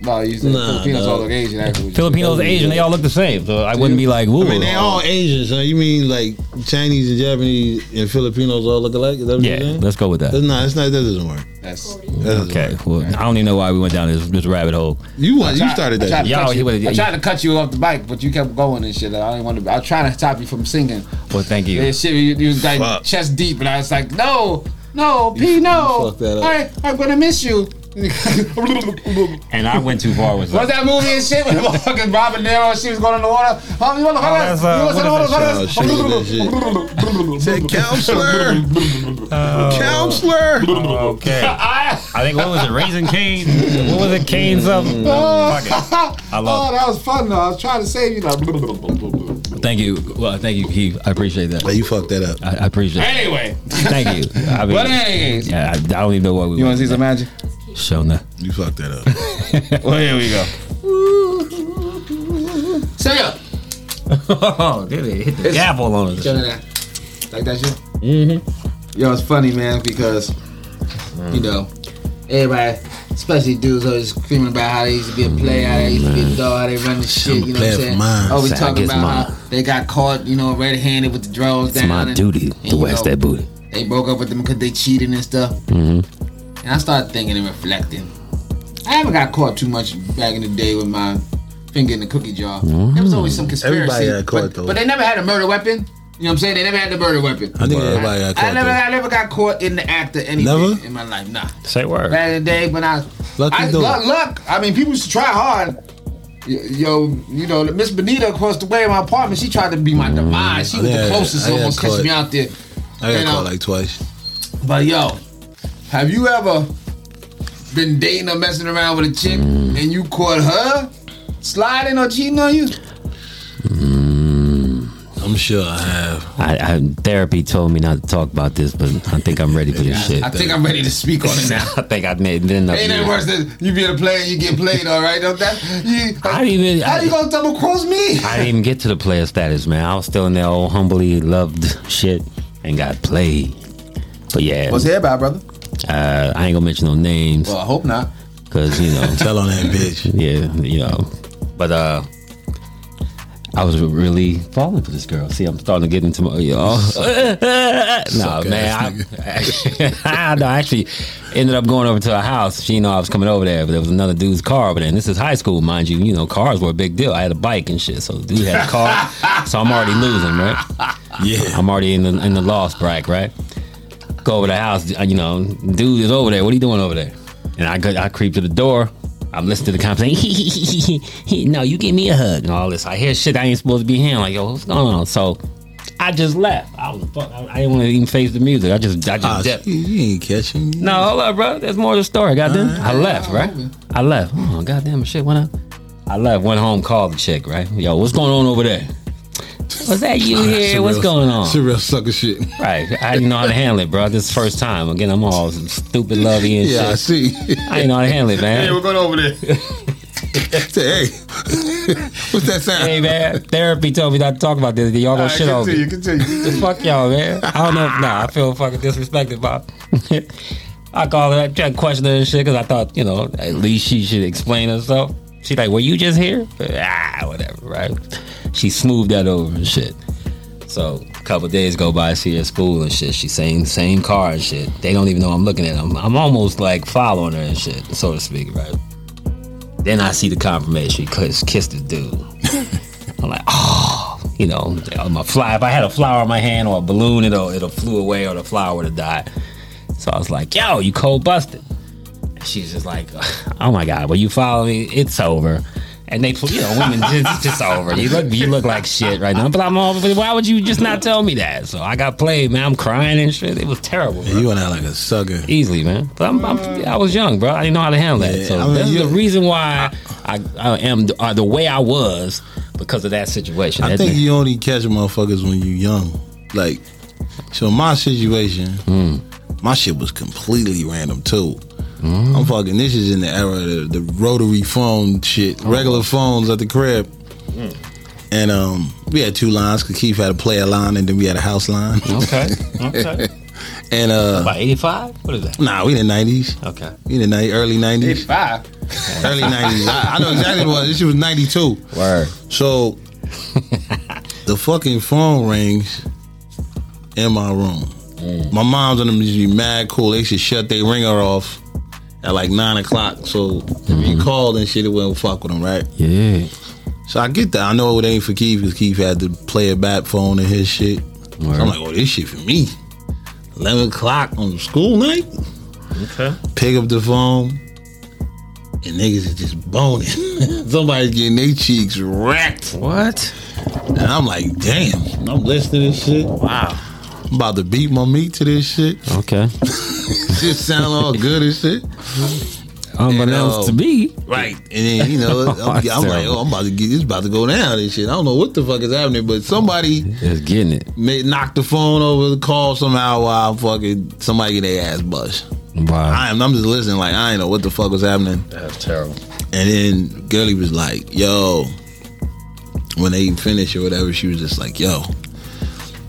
E: No, you said
I: Nah,
E: Filipinos
I: dog.
E: all look Asian. Actually,
C: Filipinos, Asian, they all look the same. So I wouldn't be like, woo.
G: I mean, they all Asian, so you mean like Chinese and Japanese and Filipinos all look alike? Is that what
C: yeah,
G: you're saying?
C: let's go with that.
G: That's not, that's not, that doesn't work.
E: That's,
G: That doesn't
C: Okay,
G: work.
C: well, I don't even know why we went down this, this rabbit hole.
G: You, want, you
E: I-
G: started
E: I tried
G: that.
E: to
C: Y'all,
E: cut
C: he
E: you-
C: would've-
E: I tried to cut you off the bike, but you kept going and shit. I didn't want to. I was trying to stop you from singing.
C: Well, thank you.
E: Yeah, shit, you, you was like
G: Fuck.
E: chest deep, and I was like, no, no, P, no,
I: fucked that up.
E: I, I'm gonna
C: (laughs)
E: miss you. What's
C: And I went too far with that.
E: that movie and shit (laughs) with the fucking Robin De Niro? and She was going in the water. Huh, you wanna-
C: that's, uh,
E: you wanna-
C: what
E: you
C: is that
E: wanna-
G: shit? Oh, shit,
C: (laughs)
G: Said counselor, Oh. counselor.
C: Okay.
E: I-
C: I think, what was it, Raising Cane? what was it, Cane something? Fuck it. I
E: Oh,
C: love
E: that was fun though. I was trying to save you. Like,
C: it. Thank you. Well, thank you, Keith. I appreciate that.
G: Hey, you fucked that up.
C: I, I appreciate it.
E: anyway,
C: Thank you. I mean,
E: but anyways,
C: yeah, I, I don't even know what we
E: you
C: went
E: wanna see some magic?
C: to. Show no.
G: You fucked that up.
E: Well, here we go. Say up.
C: (laughs) oh, did it hit the
E: It's-
C: gavel on us.
E: Like that shit? Mm-hmm. Yo, it's funny, man, because, you know, everybody, especially dudes, always screaming about how they used to be a player, how they used to be a dog, how they run the shit, you know what
G: player
E: I'm
G: for
E: saying?
G: mine.
E: Always
C: Say, I
E: talking
C: guess
E: about
C: mine.
E: how they got caught, you know, red handed with the draws down. and to wax that
C: booty.
E: They broke up with them because they cheated and stuff.
C: Mm-hmm.
E: And I started thinking and reflecting. I haven't got caught too much back in the day with my finger in the cookie jar.
C: Mm-hmm.
E: There was always some conspiracy.
G: Everybody got caught,
E: but,
G: though.
E: But they never had a murder weapon. You know what I'm saying? They never had the murder weapon.
G: I think everybody got
E: I
G: caught.
E: never,
G: though.
E: I never got caught in the act of anything
G: Never?
E: in my life. Nah.
C: Say word.
E: Back in the day when I,
G: Lucky
E: I
G: dude.
E: luck, luck. I mean, people used to try hard. Y- Yo, you know, Miss Benita across the way in my apartment, she tried to be my demise. She
G: I
E: was
G: think
E: the
G: I-
E: closest,
G: Mm-hmm. I got
E: almost catching
G: caught.
E: me out there.
G: I
E: You
G: got
E: know.
G: caught like twice.
E: But yo, have you ever been dating or messing around with a chick and you caught her sliding or cheating on you?
G: I'm sure I have.
C: I, I, therapy told me not to talk about this, but I think I'm ready for this shit.
E: (laughs) I think I'm ready to speak on
C: (laughs)
E: it now.
C: I think I made it enough.
E: Ain't nothing worse than you be a player, you get played, all right? Don't that, you,
C: I didn't even-
E: how you gonna double cross me?
C: I didn't even get to the player status, man. I was still in that old humbly loved shit and got played. But yeah,
E: What's it about, brother?
C: uh, I ain't gonna mention no names
E: Well, I hope not.
C: because you know,
G: Tell on that bitch.
C: yeah, you know. But uh, I was really falling for this girl. See, I'm starting to get into my you know. (laughs) no,
G: Suck
C: man. I, (laughs) I, no, I actually ended up going over to her house. She know I was coming over there, but there was another dude's car over there. And this is high school, mind you. You know, cars were a big deal. I had a bike and shit, so the dude had a car. so I'm already losing, right?
G: Yeah.
C: I'm already in the in the loss brack, right? Go over to the house, you know, dude is over there. What are you doing over there? And I go, I creep to the door. I'm listening to the (laughs) conversation. no, you give me a hug and all this. I hear shit I ain't supposed to be hearing. Like, yo, what's going on? So I just left. I was fuck. I, I didn't want to even face the music. I just, I just
G: Ah,
C: dipped.
G: you, you ain't catching.
C: No, hold up, bro. There's more to the story. Goddamn. I left, right? I left. Oh, goddamn shit went up. I left, went home, called the chick, right? Yo, what's going on over there? Was that you here? What's going on?
G: Surreal sucker shit. (laughs)
C: Right. I didn't know how to handle it, bro. This is the first time. Again, I'm all stupid, lovey and
G: Yeah, I
C: shit.
G: see. (laughs)
C: I didn't know how to handle it,
E: Hey,
C: man.
E: we're going over there.
G: Say, hey, (laughs) what's that sound?
C: Hey, man. Therapy told me not to talk about this. Y'all
E: All
C: gonna
E: right,
C: shit on me. (laughs)
E: continue, continue.
C: Fuck y'all, man. I don't know. Nah, I feel fucking disrespected, Bob. (laughs) I called her, I tried to question her and shit because I thought, you know, at least she should explain herself. She like, were you just here? But, ah, whatever, right? She smoothed that over and shit. So a couple days go by, I see her at school and shit. She's saying same car and shit. They don't even know I'm looking at them. I'm almost like following her and shit, so to speak, right? Then I see the confirmation. She kissed, kissed this dude. I'm like, oh, you know, my fly. If I had a flower in my hand or a balloon, it'll it'll flew away or the flower would have died. So I was like, yo, you cold busted. And she's just like, (laughs) oh my god, will you follow me? It's over. And they, you know, women, it's just over. You look, you look like shit right now. But I'm all, why would you just not tell me that? So I got played, man. I'm crying and shit. It was terrible. bro.
D: You went out like a sucker.
C: Easily, man. But I'm, I'm, I was young, bro. I didn't know how to handle that.
D: Yeah,
C: so
D: I mean,
C: that's the
D: you-
C: reason why I, I am uh, the way I was because of that situation.
D: I
C: That
D: think
C: nigga-
D: you only catch motherfuckers when you young. Like, so my situation, my shit was completely random too. I'm fucking. This is in the era of the, the rotary phone shit, regular phones at the crib. And um, we had two lines because Keith had a player line and then we had a house line.
C: okay, okay.
D: (laughs) and uh,
C: About 85? What is that?
D: nah, we in the '90s.
C: Okay.
D: We in the ni- early
E: (laughs)
D: '90s,
E: Five.
D: early '90s. I, I know exactly what it was. This shit was '92.
C: Word.
D: So the fucking phone rings in my room. My mom's and them used to be mad cool. They should shut their ringer off at like nine o'clock. So if you called and shit, it wouldn't fuck with them, right?
C: Yeah.
D: So I get that. I know it ain't for Keith because Keith had to play a bat phone and his shit. So I'm like, oh, this shit for me. 11 o'clock on school night?
C: Okay.
D: pick up the phone, and niggas is just boning. (laughs) Somebody's getting their cheeks racked.
C: What?
D: And I'm like, damn,
I: I'm listening to this shit.
C: Oh,
D: I'm about to beat my meat to this shit.
C: Okay.
D: shit sound all good and shit.
C: Unbeknownst to me.
D: Right. And then,
C: (laughs)
D: you know, I'm, I'm like, oh, I'm about to get, it's about to go down and shit. I don't know what the fuck is happening, but somebody
C: Just getting it.
D: may knock the phone over the call somehow while I'm fucking, somebody get their ass bust.
C: Wow.
D: I am, I'm just listening like, I ain't know what the fuck was happening.
C: That's terrible.
D: And then Girly was like, yo, when they finished or whatever, she was just like, yo,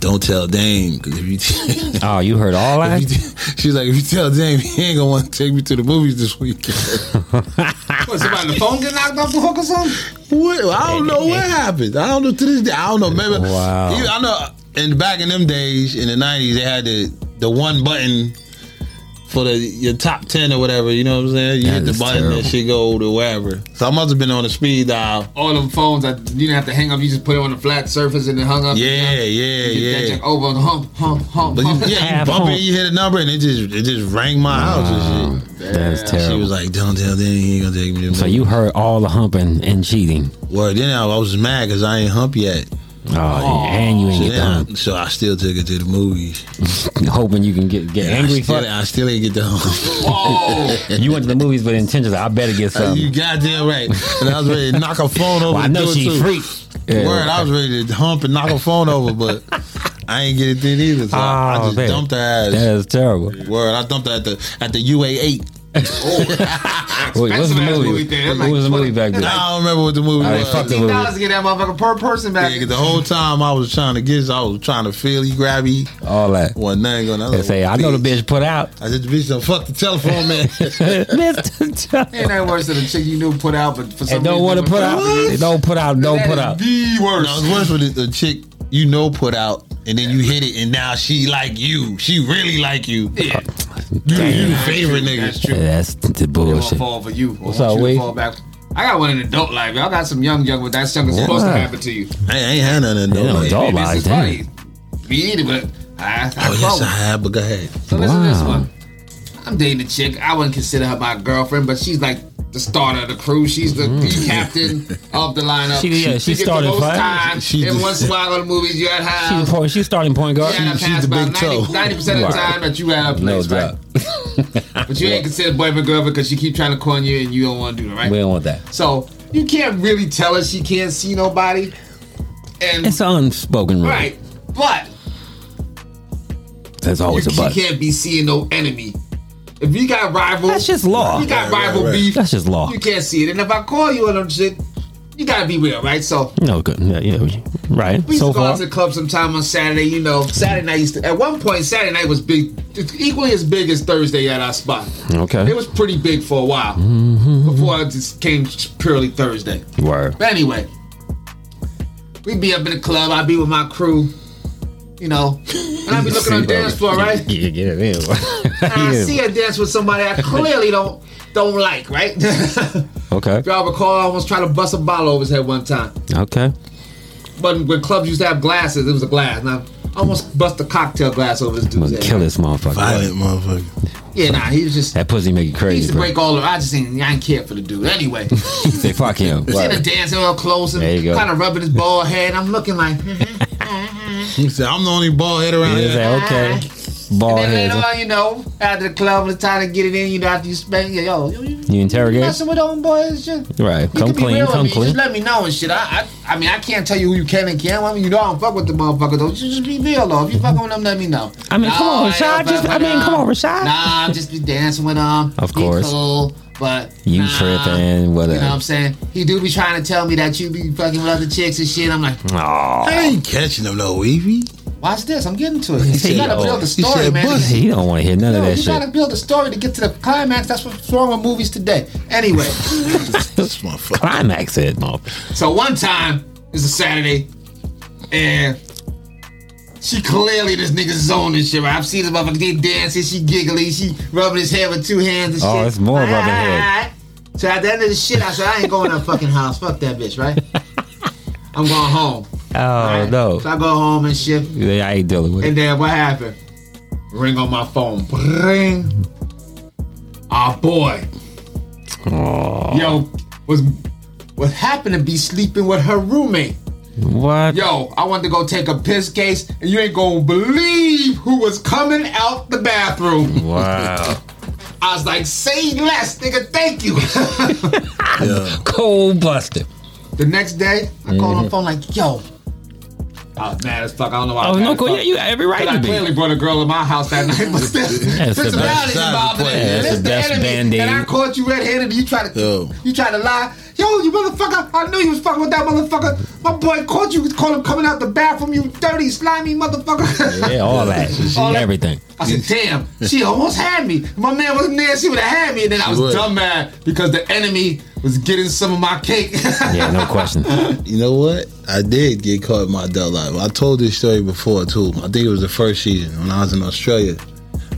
D: don't tell Dame. Because if you, (laughs) if
C: Oh, you heard all
D: (laughs) you
C: that?
D: she's like, if you tell Dame, he ain't going to want to take me to the movies this weekend. (laughs)
E: What, somebody on the phone get knocked off the hook or something?
D: what? I don't know what happened. I don't know to this day. I don't know. Maybe,
C: Wow.
D: even- I know in back in them days, in the 90s, they had the, the one button. For the your top ten or whatever, you know what I'm saying? You
C: That
D: hit the
C: is
D: button
C: terrible.
D: and shit go to wherever. So I must have been on the speed dial.
E: All them phones that you didn't have to hang up. You just put it on the flat surface and then hung up.
D: Yeah, yeah,
E: You get that
D: yeah.
E: check over and hump, hump, hump.
D: But you, (laughs)
E: hump.
D: yeah, you
C: Half
D: bump
C: home.
D: it, you hit a number, and it just it just rang my house and shit.
C: That's
D: She was
C: terrible.
D: like, "Don't tell Danny, he ain't gonna take me." To
C: So you heard all the humping and cheating.
D: Well, then I, I was mad because I ain't hump yet.
C: Oh, yeah. and you ain't
D: So,
C: get the
D: then
C: hump.
D: I, so I still took it to the movies.
C: Hoping you can get get
D: I
C: angry
D: still,
C: for
D: I still ain't get the hump.
C: (laughs)
E: Oh,
C: You went to the movies with intentions. I better get
D: (laughs) you
C: something.
D: goddamn right. And I was ready to knock a phone over.
C: Well, I
D: and
C: know
D: do it
C: she
D: too.
C: freak. Yeah.
D: Word, I was ready to hump and knock a phone over, but I ain't get it then either. So I, I
C: Oh,
D: just
C: man.
D: dumped her ass.
C: That is terrible.
D: Word, I dumped her at the at the UA
C: (laughs)
D: eight. (laughs)
C: Wait, what's the
E: Expensive-ass
C: movie?
E: movie thing. That's
C: what
E: like
C: was the movie back then?
D: I don't remember what the movie
C: All right,
D: was.
C: fuck the
E: Fifteen
C: movie.
E: dollars to get that motherfucker per person back.
D: Yeah, 'cause the whole time I was trying to get, I was trying to feel you, grab you,
C: All that.
D: one nothing going. I, was
C: They
D: like,
C: say, I know the bitch put out. (laughs)
D: I said, the bitch, don't fuck the telephone, man.
E: Ain't
C: Mr.
E: nothing worse than a chick you knew put out, but for some
C: And don't
E: reason
C: want to put out. They Don't put out. Don't
E: That
C: put
E: is
C: out.
E: The
D: no, it's
E: worst.
D: worse with the chick you know put out, and then you hit it, and now she like you. She really like you.
E: Yeah,
D: You, you the favorite
E: that's
D: nigga.
E: true.
C: Yeah, that's the
E: They won't
C: bullshit.
E: fall for you. What's
C: up,
E: you to
C: Wade?
E: Fall back. I got one in adult life. Y'all got some young young, but that's young is supposed to
C: Yeah.
E: happen to you.
D: I ain't- I ain't had nothing though.
C: Yeah,
D: like,
C: dog. Oh,
E: Hey,
C: my
E: this is
C: damn.
E: funny. Me either, but I, I
D: oh yes,
E: close.
D: I have, but go ahead.
E: So listen to this
C: Wow.
E: one. I'm dating a chick. I wouldn't consider her my girlfriend, but she's like the starter of the crew. She's the, the captain
C: (laughs)
E: of the lineup.
C: Mm. She- yeah, she
E: gets
C: started
E: the most
C: fire.
E: time.
D: She
E: in
D: just-
E: one swag on the movies, you're at
C: She's,
E: house.
C: a point, she's starting point guard.
E: You're at a
D: she- she's
E: pass
D: the
E: about
D: big toe.
E: 90, percent of the
C: Right.
E: time that you at a
C: no
E: place, right?
C: doubt.
E: But you ain't considered boyfriend girlfriend because she keep trying to corn you and you don't want to do it, right?
C: We don't want that.
E: so you can't really tell her she can't see nobody. And
C: It's an unspoken rule.
E: right, but
C: There's always
E: you
C: Oh, a but.
E: can't be seeing no enemy. If you got rivals,
C: That's just law.
E: You
D: Right,
E: got
D: right,
E: rival
D: right.
E: beef.
C: That's just law.
E: You can't see it. And if I call you on them shit, you gotta be real, right? So
C: No good. Yeah, yeah, we- right.
E: we used
C: So
E: to go
C: far,
E: out to the club sometime on Saturday. You know, Saturday night used to, at one point Saturday night was big, it's equally as big as Thursday at our spot.
C: okay. Mm-hmm.
E: It was pretty big for a while before it just came purely Thursday.
C: Word.
E: But anyway, we'd be up in the club. I'd be with my crew, you know,
C: (laughs)
E: and I'd be looking on the dance floor, right?
C: Yeah, get it in.
E: And I
C: Yeah. (laughs)
E: see her dance with somebody I clearly don't don't like, right?
C: (laughs) Okay.
E: Y'all recall I almost tried to bust a bottle over his head one time.
C: Okay.
E: But when clubs used to have glasses, it was a glass. And I almost bust a cocktail glass over this
C: I'm
E: dude's
C: gonna
E: head.
C: kill this motherfucker.
D: Violent motherfucker.
E: Yeah, nah, he was just.
C: That pussy make you
E: He used
C: crazy,
E: to
C: bro. (laughs)
E: break all of. I just ain't. I ain't care for the dude. Anyway,
C: He say fuck him.
E: seeing her dancing all close and
C: There you go.
E: kind of rubbing his bald head. I'm
C: (laughs)
E: looking like, "Mm-hmm."
D: He said, I'm the only bald head around
C: He
D: here.
C: say okay. Bald
E: And then
C: head.
E: later on, you know, after the club was time to get it in, you know, after you spend, yeah, yo, you, you
C: You interrogate.
E: messing with old boys, shit.
C: Right.
E: You
C: Come
E: can be
C: clean.
E: real with
C: Come
E: me. Just
C: clean.
E: let me know and shit. I, I, I mean, I can't tell you who you can and can't. I mean, you know, I don't fuck with the motherfucker though. Just, just be real though. If you fucking with them, let me know.
C: I mean, come on,
E: I ain't no
C: Rashad, just- I
E: fucking-
C: mean, come on, Rashad.
E: Nah, I'm just be dancing with them.
C: Of
E: Be
C: course.
E: cool, but
C: You
E: nah,
C: tripping?
E: You know what I'm
C: Whatever.
E: saying? He do be trying to tell me that you be fucking with other chicks and shit. I'm like,
C: Aw.
D: I ain't catching him no Weavy.
E: watch this. I'm getting to
C: (laughs)
E: it. You gotta
C: oh,
E: build the
D: he
E: story,
D: said
E: man.
D: pussy.
C: He don't want to hear none of
E: No,
C: that
E: you gotta
C: shit.
E: build a story to get to the climax. That's what's wrong with movies today. Anyway,
D: This motherfucker.
C: Climax it, motherfucker.
E: so one time it's a Saturday, and she clearly this nigga zoned and shit. Right? I've seen this motherfucker they dancing, she giggly, she rubbing his head with two hands and
C: Oh,
E: shit.
C: it's more rubbing head.
E: Alright. So at the end of the shit, I said I ain't going to that fucking house. Fuck that
C: (laughs)
E: bitch, right? I'm going home.
C: Oh
E: right?
C: no.
E: So I go home and shit.
C: Yeah, I ain't dealing with it.
E: And then what happened? Ring on my phone. Ring. Our boy.
C: Oh.
E: Yo, was was happened to be sleeping with her roommate.
C: What?
E: Yo, I wanted to go take a piss case, and you ain't gonna believe who was coming out the bathroom.
C: Wow.
E: I was like, say less, nigga,
C: (laughs)
E: thank you.
D: Yeah.
C: Cold busted.
E: the next day, I called on the phone like, yo. I was mad as fuck. I don't know why. I
C: Mm-hmm. Oh
E: was mad
C: no,
E: as
C: cool.
E: fuck.
C: Yeah, you got every right
E: But I
C: to be.
E: clearly brought a girl in my house that night. But (laughs) still,
C: That's the
E: principality
D: best.
E: involved in it.
D: Yeah, that's
E: This
C: the
E: the
C: best
E: enemy,
C: Band-Aid.
E: And I caught you red-handed. You try to,
D: Yo.
E: you try to lie. Yo, you motherfucker! I knew you was fucking with that motherfucker. My boy caught you. Caught him coming out the bathroom. You dirty, slimy motherfucker.
C: Yeah,
E: (laughs)
C: all that.
E: All that-
C: Everything.
E: I said, damn, she almost had me. If my man wasn't there, she would have had me. And then I was
D: would.
E: dumb mad because the enemy was getting some of my cake. (laughs)
C: Yeah, no question.
D: You know what? I did get caught in my adult life. I told this story before too. I think it was the first season when I was in Australia.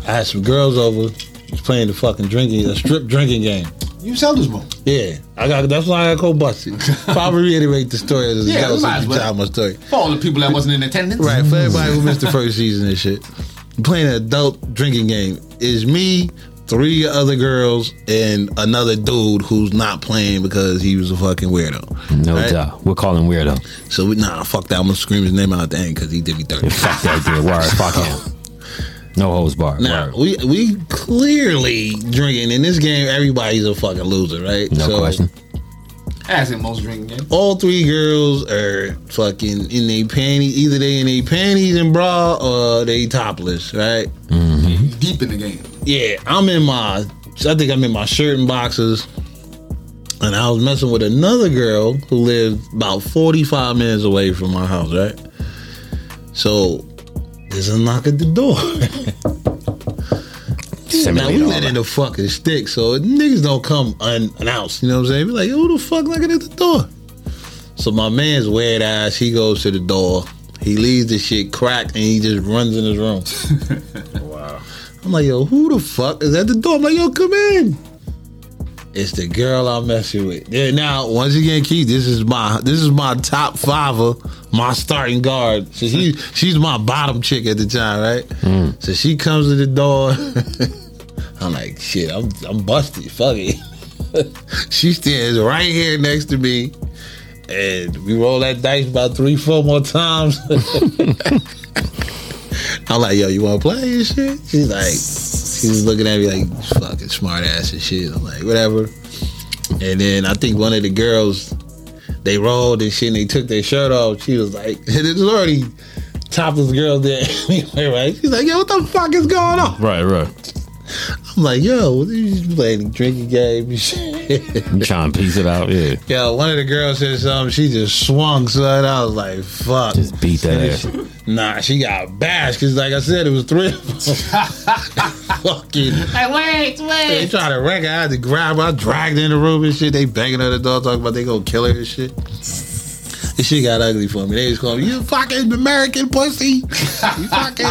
D: I had some girls over, was playing the fucking drinking, a strip drinking game.
E: you sell this one.
D: Yeah, I got. That's why I got cold busted. Probably reiterate the story as
E: Yeah,
D: yeah,
E: we
D: well
E: might as
D: since you
E: well.
D: tell my story.
E: For all the people that wasn't in attendance.
D: Right for everybody who missed the first season and shit. Playing an adult drinking game is me, three other girls, and another dude who's not playing because he was a fucking weirdo.
C: No
D: Right.
C: doubt. We'll call him weirdo.
D: So we, nah, fuck that. I'm gonna scream his name out at the end because he did
C: (laughs)
D: me dirty.
C: Fuck that dude. Word. Fuck him. No hose bar.
D: Now
C: Word.
D: we we clearly drinking in this game. Everybody's a fucking loser, right?
C: No question.
E: As in most drinking games.
D: All three girls are fucking in their panties. Either they in their panties and bra, or they topless, right?
E: Deep in the game.
D: Yeah, I'm in my. I think I'm in my shirt and boxes. And I was messing with another girl who lived about 45 minutes away from my house, right? So there's a knock at the door. (laughs) Now
C: Simulate
D: we
C: all
D: let in
C: that.
D: the fucking stick, so niggas don't come unannounced. You know what I'm saying? Be like, who the fuck knocking at the door? So my man's weird ass. He goes to the door. He leaves the shit cracked, and he just runs in his room. wow. I'm like, yo, who the fuck is at the door? I'm like, yo, come in. It's the girl I'm messing with. Yeah, now once again, Keith, this is my this is my top fiver, my starting guard. So she she's my bottom chick at the time, right? So she comes to the door. (laughs) I'm like, shit, I'm I'm busted. Fuck it. (laughs) she stands right here next to me. And we roll that dice about three, four more times. (laughs) I'm like, yo, you wanna play and shit? She's like, she's looking at me like fucking smart ass and shit. I'm like, whatever. And then I think one of the girls, they rolled and shit and they took their shirt off. She was like, (laughs) and it's already topless girl there (laughs) anyway, right? She's like, yo, what the fuck is going on?
C: Right, right.
D: I'm like, yo, what are you just playing a drinking game and shit? (laughs)
C: I'm trying to piece it out. Yeah.
D: Yeah, one of the girls said something. She just swung, son. I was like, fuck.
C: Just beat that ass.
D: Nah, she got bashed because, like I said, it was three of
E: (laughs)
D: us. Fucking.
E: Like, wait,
D: They
E: wait.
D: tried to wreck her. I had to grab her. I dragged her in the room and shit. They banging on the door talking about they gonna kill her and shit. This shit got ugly for me. They was calling me, you fucking American pussy. You fucking,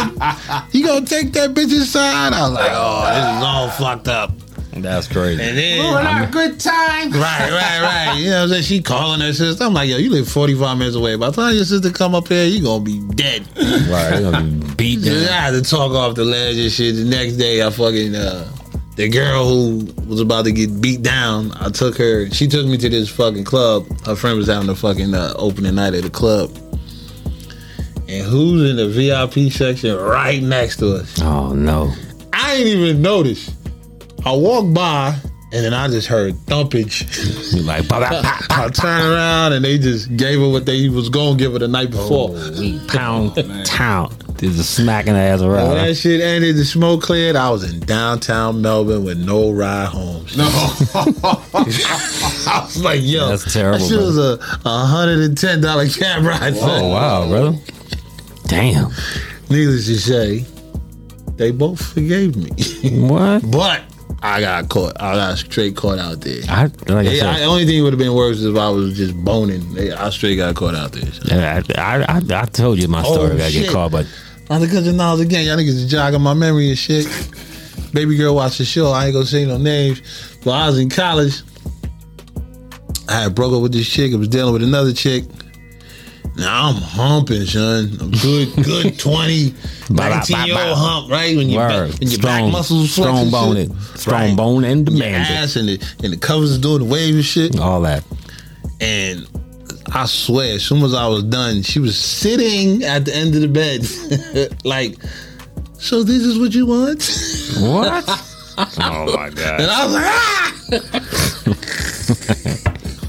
D: you gonna take that bitch's side? I was like, oh, this is all fucked up.
C: That's crazy.
D: And then,
E: We're having a good time.
D: Right, right, right. You know what I'm saying? She calling her sister. I'm like, yo, you live 45 minutes away. By the time your sister come up here, you gonna be dead.
C: Right. They're gonna be beat
D: I
C: down.
D: had to talk off the ledge and shit. The next day, I fucking uh, the girl who was about to get beat down. I took her. She took me to this fucking club. Her friend was having the fucking uh, opening night at the club. And who's in the VIP section right next to us?
C: Oh no.
D: I ain't even notice. I walked by and then I just heard thumpage. (laughs)
C: You like bah, bah, bah,
D: I (laughs) turned around and they just gave her what they was gonna give her the night before.
C: we pound town. There's a smacking the ass around.
D: When that shit ended, the smoke cleared. I was in downtown Melbourne with no ride home.
C: (laughs)
D: No. (laughs) I was like, yo,
C: That's terrible,
D: That shit
C: bro.
D: was a a hundred and ten dollar cab ride.
C: Oh
D: son.
C: wow, brother. Damn.
D: Needless to say, they both forgave me, (laughs)
C: What?
D: but I got caught. I got straight caught out
C: (laughs)
D: there.
C: I like I
D: Yeah, I,
C: said.
D: only thing would have been worse is if I was just boning. They- I straight got caught out there.
C: I, I, I, I told you my story.
D: Oh,
C: I get
D: shit.
C: caught, but
D: Under country knowledge again, y'all niggas jogging my memory and shit. Baby girl watched the show. I ain't gonna say no names, but I was in college. I had broke up with this chick. I was dealing with another chick. Now I'm humping, son.
C: (laughs)
D: A good, good 20,
C: Ba, ba, ba,
D: 19 year
C: ba.
D: old hump, right? When your, back,
C: word
D: when your back
C: strong,
D: muscles flex
C: strong
D: and
C: bone,
D: shit.
C: it, strong
D: Right.
C: bone and
D: Your
C: demanding.
D: ass and the, and the covers is doing the wave and shit.
C: All that.
D: And I swear, as soon as I was done, she was sitting at the end of the bed, (laughs) like, so this is what you want? (laughs)
C: What? oh my god.
D: And I was like, ah!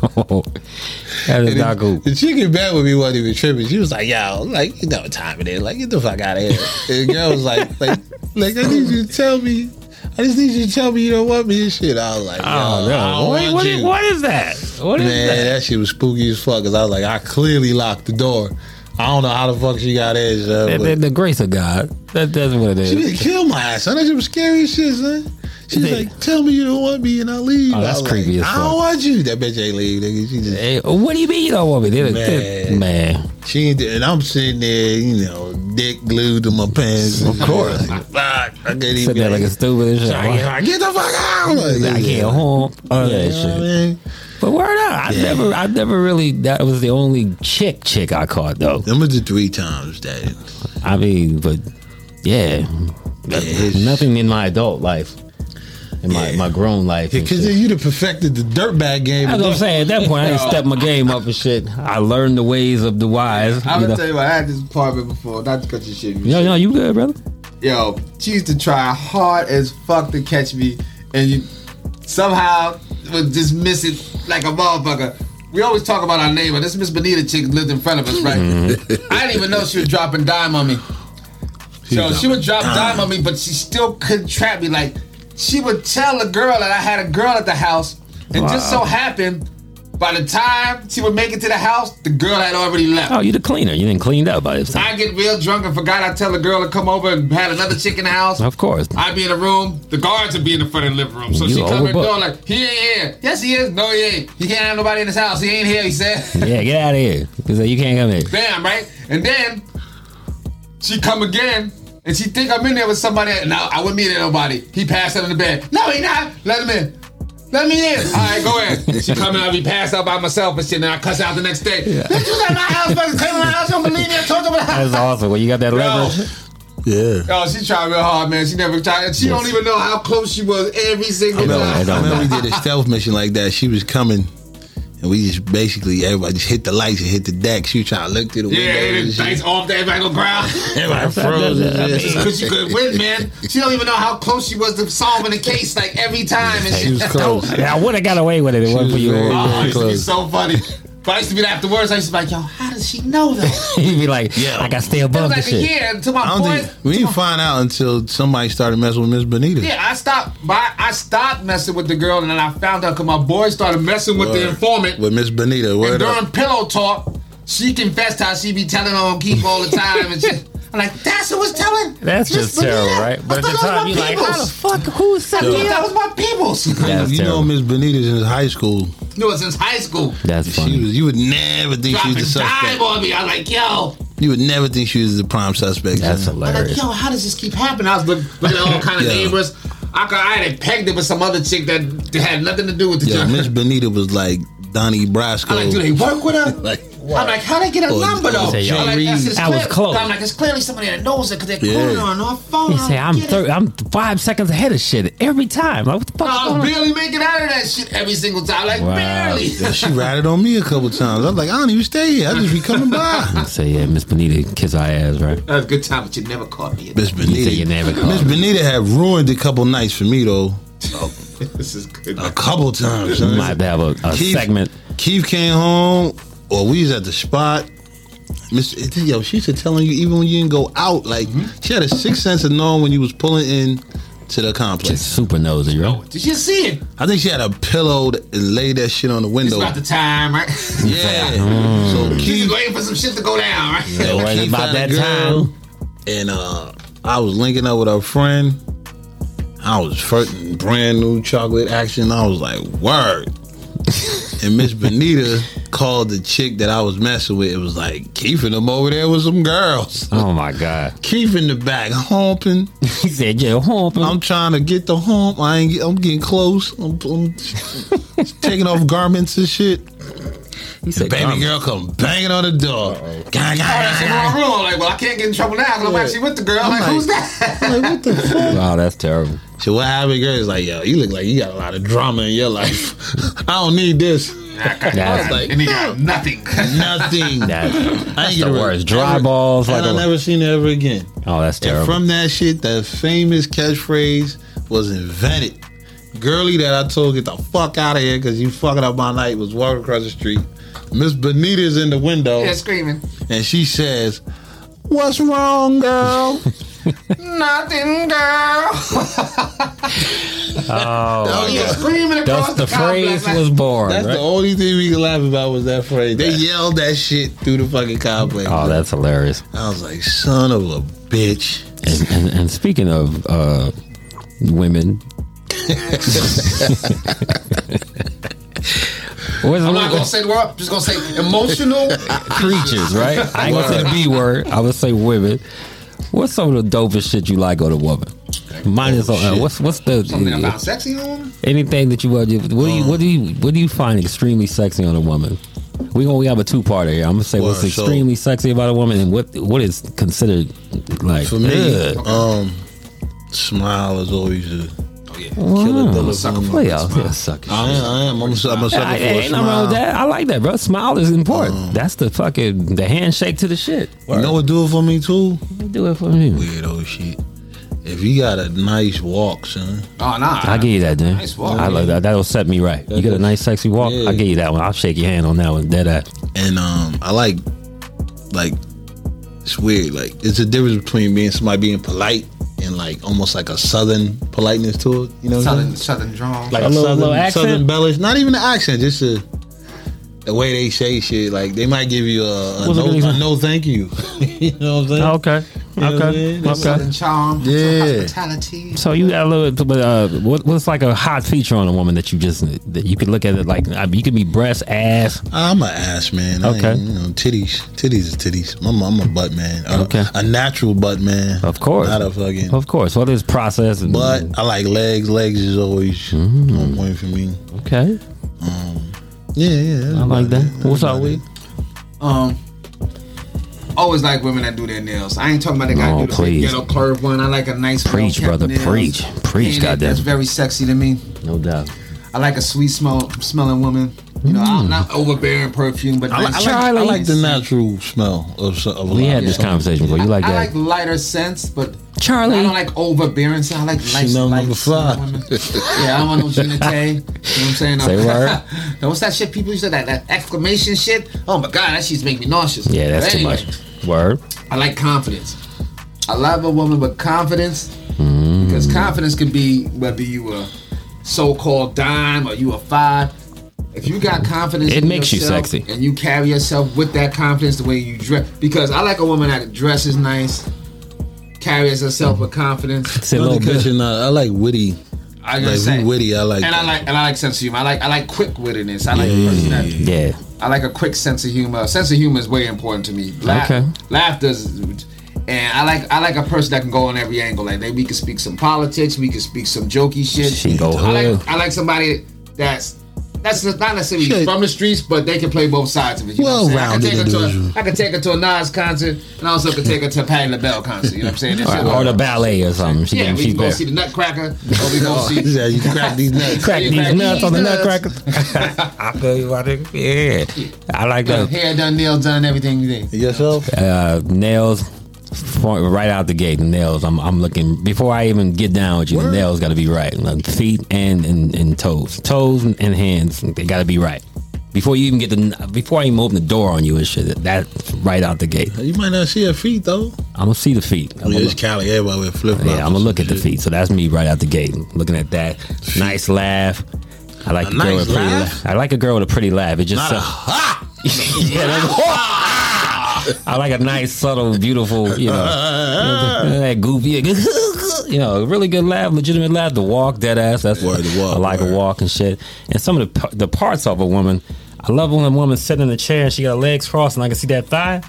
C: that is not cool.
D: The chick in bed with me wasn't even tripping. She was like, yo, like, you know what time it is. Like, get the fuck out of here. And the girl was like, (laughs) like, like, I need you to tell me. I just need you to tell me you don't want me and shit. I was like, yo,
C: Oh
D: I
C: no!
D: don't
C: Wait,
D: want
C: what,
D: you.
C: is, what is that? What is
D: Man, that?
C: that?
D: shit was spooky as fuck. Cause I was like, I clearly locked the door. I don't know how the fuck she got in. son,
C: The,
D: but-
C: the- the grace of God. That, that's what it
D: She
C: is.
D: didn't kill my ass. son. That shit was scary as shit, son. She's
C: They-
D: like, tell me you don't want me and I'll leave.
C: Oh, that's
D: I was
C: creepy
D: like,
C: as
D: I don't
C: fuck.
D: want you. That bitch ain't leave, nigga. She just
C: Hey, Eh, what do you mean you don't want me? They're,
D: Man.
C: man. man,
D: she ain't and I'm sitting there, you know, dick glued to my pants. Of course. Like, fuck. I can't even
C: sit there like a stupid and shit.
D: (laughs) I can't- I get the fuck out. Like,
C: I can't home all that
D: You know what I
C: shit.
D: mean?
C: But word up, I never, I never really. That was the only chick chick I caught though.
D: Them was the three times that.
C: I mean, but yeah,
D: Yeah.
C: nothing in my adult life, in my, my grown life. and
D: Because
C: shit.
D: then you'd have perfected the dirtbag game.
C: That's what I'm saying. At that point, I
D: (laughs)
C: didn't step my game up and shit. I learned the ways of the wise.
E: I'm
C: you
E: gonna
C: know.
E: tell you what, I had this apartment before, not to cut your shit.
C: Yo, yo, you good, brother?
E: Yo, she used to try hard as fuck to catch me, and you somehow would just miss it like a motherfucker. We always talk about our neighbor. This Miss Bonita chick lived in front of us, right? I didn't even know she was dropping dime on me. So she would drop dime on me, but she still couldn't trap me. Like she would tell a girl that I had a girl at the house, and just so happened, by the time she would make it to the house, the girl had already left.
C: Oh, you the cleaner. You didn't cleaned up by this time.
E: I get real drunk and forgot I tell a girl to come over and had another chick in the house.
C: Of course.
E: I'd be in the room. The guards would be in the front of the living room. So
C: You
E: she come in the
C: overbooked.
E: door like, he ain't here. Yes, he is. No, he ain't. He can't have nobody in his house. He ain't here, he said. (laughs)
C: Yeah, get out of here. He said, you can't come here.
E: Damn, right? And then she come again. And she think I'm in there with somebody. No, I wouldn't be there nobody. He passed out in the bed. No, he not. Let him in. Let me in. All right, go in.
C: (laughs)
E: She come in. I'll be passed out by myself and shit. And I cuss out the next day. Bitch, you got my house, fucking came to my house. You don't believe me. I told you about the house.
C: That's awesome. When you got that leverage.
E: Yo,
J: Yeah.
E: Oh, she tried real hard, man. She never tried. She don't even know how close she was every single
C: know,
E: time.
C: I know.
J: I remember we did a stealth mission like that. She was coming, and we just basically everybody just hit the lights and hit the deck. She was trying to look through the
E: Yeah, and
J: windows.
E: then
J: and
E: dice
J: shit.
E: off to everybody on the ground.
J: Everybody froze. and shit.
E: Because she couldn't win, man. She don't even know how close she was to solving the case, like every time. And
C: Hey,
E: (laughs) she,
C: I would have got away with it. It wasn't for you. (laughs)
J: very-
E: oh, it used to be
J: close.
E: so funny. But I used to be like, afterwards, I used to be like, yo, how does she know that?
C: He'd be like, I gotta stay
E: It was
C: above
E: like
C: this
E: a
C: shit.
E: year to my
D: I don't
E: boys.
D: think we didn't find out until somebody started messing with Miss Bonita.
E: (laughs) Yeah, I stopped. By, I stopped messing with the girl, and then I found out because my boy started messing with the
D: Word.
E: informant.
D: With Miss Bonita.
E: and
D: Word
E: during
D: up.
E: pillow talk, she confessed how she be telling on Keith all the time, and shit. I'm like, that's who was telling.
C: That's
E: Miss
C: just terrible,
E: Bonita?
C: right? But
E: I
C: at the
E: thought that
C: time,
E: was
C: you
E: my
C: like, how the
E: peoples.
C: fuck? Who's
E: I
C: sucking
E: thought that was my peoples.
C: That's
D: you know
C: terrible.
D: Miss Bonita's in high school.
E: (laughs) You know, since high school.
C: That's
D: She was you would never think she
E: Drop
D: was the
E: and dive
D: suspect.
E: on me. I was like, yo.
D: You would never think she was the prime suspect.
C: That's
D: son.
E: I'm
C: hilarious.
E: like, yo, how does this keep happening? I was looking, looking at all kind of
D: Yeah.
E: neighbors. I, could, I had it pegged it with some other chick that, that had nothing to do with the
D: Yeah,
E: job.
D: Miss Bonita was like Donnie Brasco.
E: (laughs) I'm like, do they work
D: (laughs)
E: with her?
D: Like,
E: I'm like, how they get a
D: Or-
E: number though?
D: or
C: say,
E: I'm like,
D: Jay
E: that's
C: Reed.
E: just
C: That was
E: clear-
C: close.
E: I'm like, it's clearly somebody that knows it because they're
D: Yeah.
E: calling her on her phone.
C: He
E: I
C: say
E: don't
C: I'm
E: get it."
C: thir- I'm five seconds ahead of shit every time. Like, what the fuck? is
D: Oh,
E: I
C: going
E: was
C: on?
E: barely making out of that shit every single time. Like,
C: Wow.
E: barely.
D: (laughs) she ratted on me a couple times. I was like, I don't even stay here. I just be
C: (laughs)
D: coming by.
C: Say yeah, Miss Bonita kiss our ass, right?
E: That was a good time, but you never caught me.
D: Miss
C: You say you
D: Bonita.
C: never call.
D: Miss Bonita had ruined a couple nights for me though.
E: This is good.
D: A couple times.
C: We
D: son.
C: might have a, a
D: Keith-
C: segment.
D: Keith came home, or we was at the spot. Miss, yo, she used to telling you even when you didn't go out. Like
E: Mm-hmm.
D: she had a sixth sense of knowing when you was pulling in to the complex.
C: Just super nosy, right?
E: Did you see it?
D: I think she had a pillow that- and laid that shit on the
E: It's
D: window.
E: about the time, right?
D: yeah. So
E: She's
D: Keith,
E: waiting for some shit to go down, right?
D: yo,
C: Don't worry
D: Keith
C: about
D: had a
C: that
D: girl,
C: time.
D: And uh, I was linking up with our friend. I was flirting brand new chocolate action. I was like, word. and Miss Benita called the chick that I was messing with. It was like, Keith and them over there with some girls.
C: Oh my god.
D: Keith in the back humping.
C: He said, "Yeah, hump."
D: I'm trying to get the hump. I ain't. Get, I'm getting close. I'm, I'm taking off garments and shit.
C: He said,
D: Baby girl come banging on the door. Gang, gang,
E: (laughs) That's the
D: gang,
E: wrong
D: gang.
E: room. I'm like, well, I can't get in trouble now because I'm actually with the girl. I'm,
D: I'm
E: like,
D: like-
E: who's that?
D: I'm like, what the fuck?
C: Wow, Oh, that's terrible.
D: So what happened, girl? Is like, yo, you look like you got a lot of drama in your life. (laughs) I don't need this.
C: That's
D: like-
E: and he got nothing. (laughs)
D: Nothing.
C: that's, that's
D: I ain't
C: the
D: gonna-
C: worst. Dry balls, like
D: and I
C: a,
D: never seen her ever again.
C: oh, that's
D: And
C: terrible.
D: from that shit, that famous catchphrase was invented. Girlie that I told get the fuck out of here because you fucking up my night was walking across the street. Miss Benita's in the window
E: Yeah, screaming.
D: and she says, "What's
C: (laughs)
D: wrong, girl?"
E: Nothing, girl. (laughs)
C: oh,
E: He was screaming across
C: that's the
E: complex,
C: phrase
E: like,
C: was born.
D: That's
C: right?
D: the only thing we could laugh about was that phrase. They yelled that shit through the fucking complex.
C: oh, that's hilarious.
D: I was like, son of a bitch.
C: And, and, and speaking of uh, women, where's the
E: I'm not gonna say the word. I'm just gonna say emotional.
C: creatures, right? I ain't gonna say the B word. I would say women. What's some of the dopest shit you like on a woman? Mine is on, uh, what's what's the
E: Something about sexy on.
C: anything that you what do you what do you what do you find extremely sexy on a woman? We gonna we have a two parter here. I'm gonna say what's
D: Word, so-
C: extremely sexy about a woman and what what is considered like
D: For me,
C: ugh.
D: um, smile is always a
C: Wow.
D: killer dealer.
C: Well, yeah, yeah, suck it.
D: I am. I am. I'm a, I'm a sucker
C: I,
D: for a
C: ain't nothing wrong
D: smile. Oh.
C: with that. I like that, bro. Smile is important. That's the fucking the handshake to the shit.
D: You know what do it for me too?
C: Do it for me.
D: Weirdo shit. If you got a nice walk, son,
E: Oh nah.
C: I give you that, dude.
E: Nice walk.
C: I love that. That'll set me right. You get a nice, sexy walk.
D: Yeah.
C: I give you that one. I'll shake your hand on that one. Dead eye.
D: and um, I like, like, it's weird. Like, it's a difference between being somebody being polite and like almost like a southern politeness to it. You know, what I'm saying?
E: Southern Southern drawl.
D: like
C: A
D: a,
C: little-
D: southern,
C: little accent?
D: southern bellish. Not even an accent, just a. The way they say shit, like they might give you a, a,
C: What's a
D: no,
C: good
D: a
C: example?
D: no thank you. (laughs) you know what I'm saying?
C: Oh, Okay.
D: Yeah, man, that's
E: Southern charm.
D: Yeah.
E: Hospitality.
C: So you got a little, but uh, what, what's like a hot feature on a woman that you just that you could look at it like I mean, you could be breast, ass.
D: I'm an ass man.
C: Okay.
D: Okay. you know, titties. Titties is titties. I'm a, I'm a butt man. A,
C: Okay.
D: A natural butt man.
C: Of course.
D: Not a fucking.
C: Of course, all this process. And,
D: But I like legs. Legs is always
C: Mm.
D: on point for me.
C: okay,
D: Yeah, yeah. that's
C: I like
D: about
C: that.
D: it. That's
C: What's up
D: about
C: with?
D: it.
E: Um. Always like women that do their nails. I ain't talking about they got
C: Oh,
E: to do the big
C: please.
E: ghetto curve one. I like a nice
C: Preach,
E: well-kept
C: brother,
E: nails.
C: preach. Preach,
E: Painted,
C: goddamn.
E: That's very sexy to me.
C: No doubt.
E: I like a sweet smell smelling woman. You know,
C: Mm.
E: I'm not overbearing perfume, but
D: I, li- I like, I like the natural smell of, so- of a
C: We
D: lot
C: had
D: of
C: this
D: stuff.
C: conversation before. You like
E: I
C: that?
E: like lighter scents, but I
C: Charlie.
E: don't like overbearing. So I like light
D: Chanel
E: light
D: number five.
E: women. yeah, I don't want no Gina K. You know what I'm saying?
C: Say word.
E: now, what's (laughs) that shit people used to that that exclamation shit? Oh my god, that shit's making me nauseous.
C: Yeah, that's
E: But
C: too
E: anyway,
C: much. Word.
E: I like confidence. I love a woman with confidence
C: Mm-hmm.
E: because confidence can be whether you a so-called dime or you a five. If you got confidence,
C: It
E: in
C: makes you
E: yourself
C: sexy.
E: and you carry yourself with that confidence the way you dress. Because I like a woman that dresses nice, carries herself
C: (laughs)
E: with confidence.
C: Say a little
D: Because
C: bit.
D: you're not, I like witty.
E: I
D: Like,
E: gotta
D: if
E: say,
D: you witty, I like
E: and I
D: that. (laughs)
E: like and I like sense of humor. I like I like quick wittedness. I like personality.
C: Yeah.
E: I like a quick sense of humor. Sense of humor is way important to me. Laugh,
C: Okay.
E: Laughter's, and I like I like a person that can go on every angle. Like they, we can speak some politics, we can speak some jokey shit.
C: She go
E: I
C: hood.
E: like I like somebody that's. That's not necessarily
D: Shit.
E: from the streets, but they can play both sides of it. You know what I'm saying? I can
D: Well-rounded
E: take her
D: individual.
E: to a, I can take her to a Nas concert, and also can take her to a Patti LaBelle concert. You know what I'm
C: (laughs)
E: saying? This shit-
C: Or, or the ballet or something. She
E: yeah,
C: can,
E: we
C: she's
E: can go
C: better.
E: see the Nutcracker, or we go see
D: Oh, (laughs) Yeah, you crack these nuts.
C: Crack
E: Yeah,
C: these
E: crack
C: nuts
E: these
C: on the
E: nuts.
C: nutcracker. (laughs) I feel you, my nigga. Yeah. I like
E: the
C: that.
E: hair done, nails done, everything. you did.
D: Yourself?
C: Uh, nails. for- Right out the gate, the nails. I'm, I'm looking before I even get down with you. The nails got to be right. Like, feet and, and and toes, toes and and hands. They got to be right before you even get the before I even open the door on you and shit. That's right out the gate.
D: You might not see her feet though.
C: I'm gonna see the feet. I'm
D: Yeah,
C: gonna
D: it's Cali. Everybody with flip flops.
C: Yeah, I'm gonna look at the feet. So that's me right out the gate, looking at that. Nice laugh. I like a, girl
D: nice
C: with a pretty
D: laugh?
C: laugh. I like a girl with a pretty laugh. It just so- (laughs) yeah, that's- I like a nice, subtle, beautiful, you
D: (laughs)
C: know, that goofy, (laughs) you know, a really good laugh, legitimate laugh. The walk, dead ass. That's
D: Word, the walk,
C: I like
D: word.
C: a walk and shit. And some of the p- the parts of a woman, I love when a woman sitting in a chair and she got her legs crossed and I can see that thigh.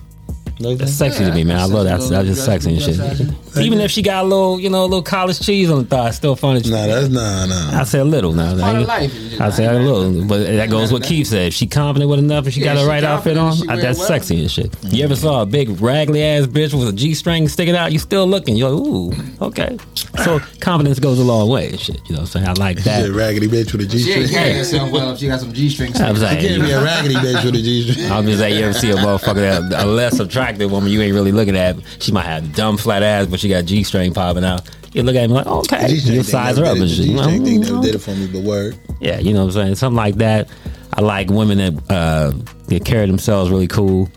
C: That's sexy to me, man. I love that. That's just sexy and shit. Even if she got a little, you know, a little college cheese on the thigh, it's still funny.
D: Nah, that's nah, nah.
C: I say a little now.
E: part of life, you
C: I
E: know.
C: say a little, but that goes what Keith said. If she confident with enough and she
E: Yeah,
C: got
E: she
C: the right outfit
E: confident,
C: on,
E: she
C: uh,
E: wear
C: that's
E: well.
C: sexy and shit. You ever saw a big raggly ass bitch with a g string sticking out? You still looking? You're like, ooh, okay. So confidence goes a long way and shit. You know what I'm saying? I like
D: She's a
C: that.
D: raggedy bitch with a G
E: She ain't
D: string.
E: carrying herself well if she got some G strings.
C: I was like,
D: Can't be a raggedy bitch with a
C: (laughs)
D: G string.
C: I'm just like, you ever see a motherfucker that a less attractive woman you ain't really looking at? She might have dumb flat ass, but she got G string popping out. You look at him like, okay, you size her up and shit.
D: G
C: You know,
D: string thing never
C: mm,
D: did it for me, but word.
C: Yeah, you know what I'm saying? Something like that. I like women that uh, they carry themselves really cool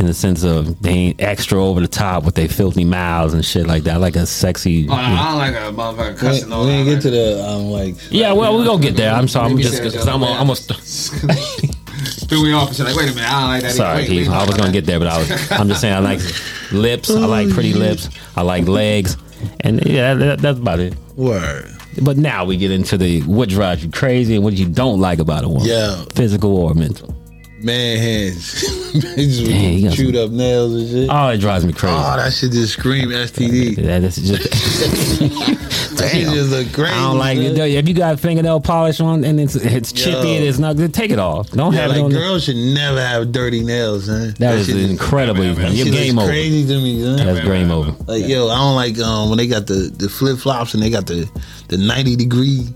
C: in the sense of they ain't extra over the top with their filthy mouths and shit like that. I like a sexy.
E: Oh, no, I don't like a motherfucker
D: We
E: cussing all
D: ain't get to the um like.
C: yeah, well, we're gonna get there. I'm sorry. I'm
E: Maybe
C: just
E: say it
C: because I'm
E: the other way.
C: almost.
E: Threw me off and said, like, wait a minute, I don't like that.
C: Sorry,
E: either. Wait,
C: Keith.
E: wait,
C: I was
E: wait,
C: gonna
E: wait.
C: get there, but I was. I'm just saying. I like lips. I like pretty lips. I like legs, and yeah, that, that's about it.
D: Word.
C: But now we get into the what drives you crazy and what you don't like about a woman,
D: Yeah.
C: physical or mental.
D: Man hands. (laughs) Bitches
C: Dang, you
D: with
C: got
D: chewed up nails and shit.
C: Oh, it drives me crazy.
D: Oh, that shit just
C: (laughs)
D: scream STD.
C: That is
D: (laughs)
C: just.
D: That shit just look crazy.
C: I don't like it.
D: man.
C: though. If you got fingernail polish on and it's it's chippy
D: Yo.
C: and it's not good, take it off. Don't
D: Yeah,
C: have it
D: like
C: on. the-
D: girls should never have dirty nails, man.
C: that was
D: shit just-
C: incredibly.
D: that
C: Your
D: shit looks
C: game over.
D: crazy to me, son.
C: That's game over.
D: Like yo, I don't like um when they got the the flip flops and they got the the ninety degree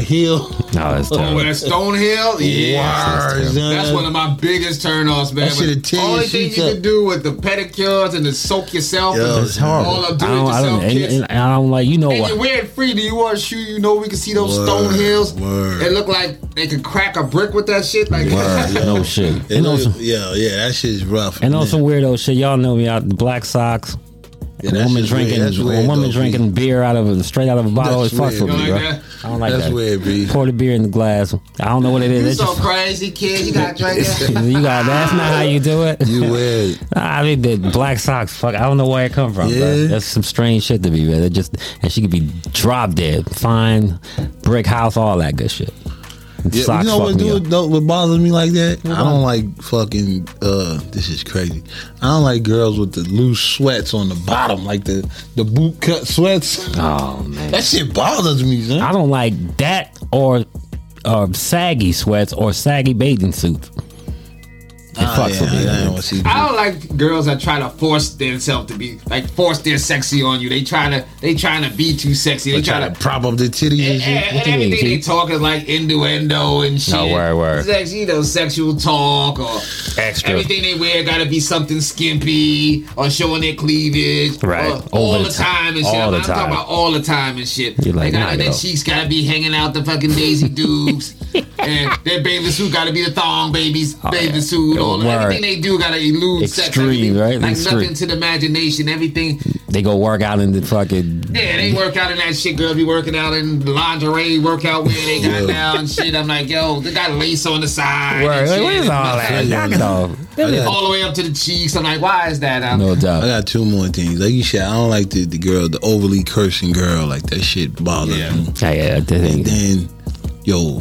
C: (laughs)
D: heel.
C: No, that's terrible.
E: When a Stonehill, yeah.
D: Wires,
E: That's
D: uh,
E: one of my biggest turnoffs, man.
D: That shit will tear your
E: only thing
D: sheets
E: you
D: up.
E: can do with the pedicures and the soak yourself,
D: Yo,
E: and
D: it's
E: the,
D: horrible.
E: all of
C: I don't. I
E: do-it-yourself
C: don't. And,
E: kits.
C: and oh, I don't like. You know
E: And you're
C: what?
E: wearing free. Do you wear a shoe? You know we can see those
D: Word,
E: stone hills.
D: word.
E: It look like they could crack a brick with that shit. Like
C: No shit. (laughs)
D: It
C: And on
D: look-
C: some,
D: yo, yeah, that shit's rough.
C: and on
D: man.
C: some weirdo shit. Y'all know me out the black socks.
D: Yeah,
C: a
D: that
C: woman
D: shit's weird.
C: drinking.
D: That's
C: a
D: weird,
C: woman
D: though,
C: drinking beer out of a straight out of a bottle.
D: That's
C: It fucks
D: weird.
C: with
E: (laughs) You
C: me,
E: like
C: bro.
E: that?
C: I don't like
D: That's
C: that.
D: weird, B.
C: Pour the beer in the glass. I don't know what it is.
E: you
C: It's
E: so
C: just,
E: crazy, kid. You got drunk that.
C: (laughs) you got. That's not how you do it.
D: You weird.
C: I mean, the black socks. Fuck, I don't know where it come from. bruh.
D: Yeah.
C: That's some strange shit to me, man. It just and she could be drop dead, fine, brick house, all that good shit.
D: Yeah,
C: socks
D: you know
C: fuck
D: what,
C: me
D: dude?
C: up.
D: Don't, what bothers me like that? I don't like fucking. uh This is crazy. I don't like girls with the loose sweats on the bottom, like the the boot cut sweats. (laughs)
C: Oh man,
D: That shit bothers me, son.
C: I don't like um, that or or saggy sweats or saggy bathing suits.
D: Oh, yeah, I don't wanna see
E: I don't like girls that try to force themselves to be like force their sexy on you. They try to they trying to be too sexy. They try
D: try
E: to.
D: to prop up the titties and
E: And,
D: shit.
E: and
C: you mean,
E: everything they
C: Pete?
E: talk is like innuendo and shit.
C: No, word, word.
E: It's like, you know, sexual talk or
C: Extra.
E: everything they wear gotta be something skimpy or showing their cleavage.
C: Right.
E: Or all
C: Over
E: the
C: the
E: time,
C: top.
E: and shit.
C: All
E: I'm,
C: the
E: I'm talking
C: time.
E: about all the time and shit.
C: You're like,
E: they
C: nah,
E: gotta, their
C: yo.
E: cheeks gotta be hanging out the fucking
C: (laughs)
E: daisy dukes. and their bathing suit gotta be the thong babies bathing
C: Oh, yeah.
E: suit. All,
C: Word.
E: everything they do gotta elude sex.
C: Extreme,
E: everything.
C: right?
E: Like
C: Extreme.
E: nothing to the imagination. Everything
C: They go work out in the fucking.
E: yeah, they work out in that shit. Girls be working out in lingerie workout wear they got now and shit. I'm like, yo, they got lace on the side. and
C: Word. Like,
E: shit.
C: what is all that? Knock it off.
E: All the way up to the cheeks. I'm like, why is that? I'm,
C: No doubt.
D: (laughs) I got two more things. Like you said, I don't like the, the girl, the overly cursing girl, like that shit bothers me.
C: Yeah, yeah, that
D: And
C: ain't-
D: then, yo,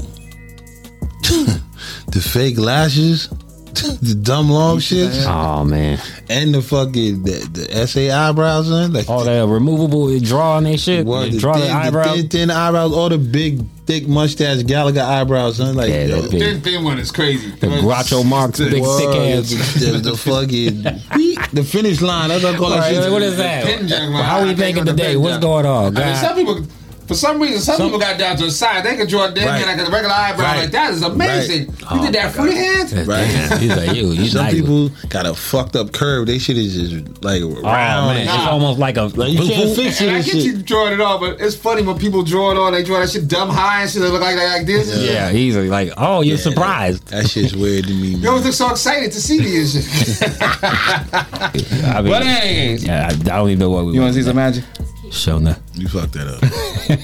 D: (laughs) the fake lashes, (laughs) the dumb long shit,
C: Oh man,
D: and the fucking the, the SA eyebrows, man. Like
C: all that removable drawing and shit.
D: Well, the,
C: Draw
D: thin,
C: the eyebrow.
D: the thin, thin eyebrows, all the big, thick mustache Gallagher eyebrows, son. Like
C: Yeah,
D: yo,
C: that big,
E: thin, thin one is crazy.
C: the Groucho Marx, big thick
D: word,
C: ass.
D: The, the,
C: (laughs)
D: the fucking weep, the finish line. That's what I call that
C: Right,
D: shit.
C: what is
E: Pin
C: that?
E: jug, man.
C: How
E: I
C: we
E: think
C: thinking
E: of the
C: today?
E: pin
C: What's
E: jug.
C: going on,
E: I mean, some
C: God?
E: people, for some reason, some, people got down to the side. They could draw a damn
D: Right.
E: man like a regular eyebrow.
D: Right.
E: Like that is amazing.
C: Oh
E: You did that free hand.
D: Right.
C: Damn, (laughs) He's like you. You
D: Some
C: nice.
D: people got a fucked up curve. They shit is just like
C: Oh
D: round.
C: man,
D: and-
C: it's
E: Nah.
C: almost like a. Like
I: You can't fix it
E: And I
I: and
E: get
I: shit.
E: you drawing it all, but it's funny when people draw it all. They draw that shit dumb high and shit. They look like like this.
C: Yeah, he's like, oh, you're surprised.
D: That shit's weird to me.
E: You
D: Man.
E: always look so excited to see me
C: (laughs)
E: and shit.
C: I mean,
E: but anyways,
C: yeah, I, I don't even know what we.
E: you want to see some magic?
C: Show now.
D: You fucked that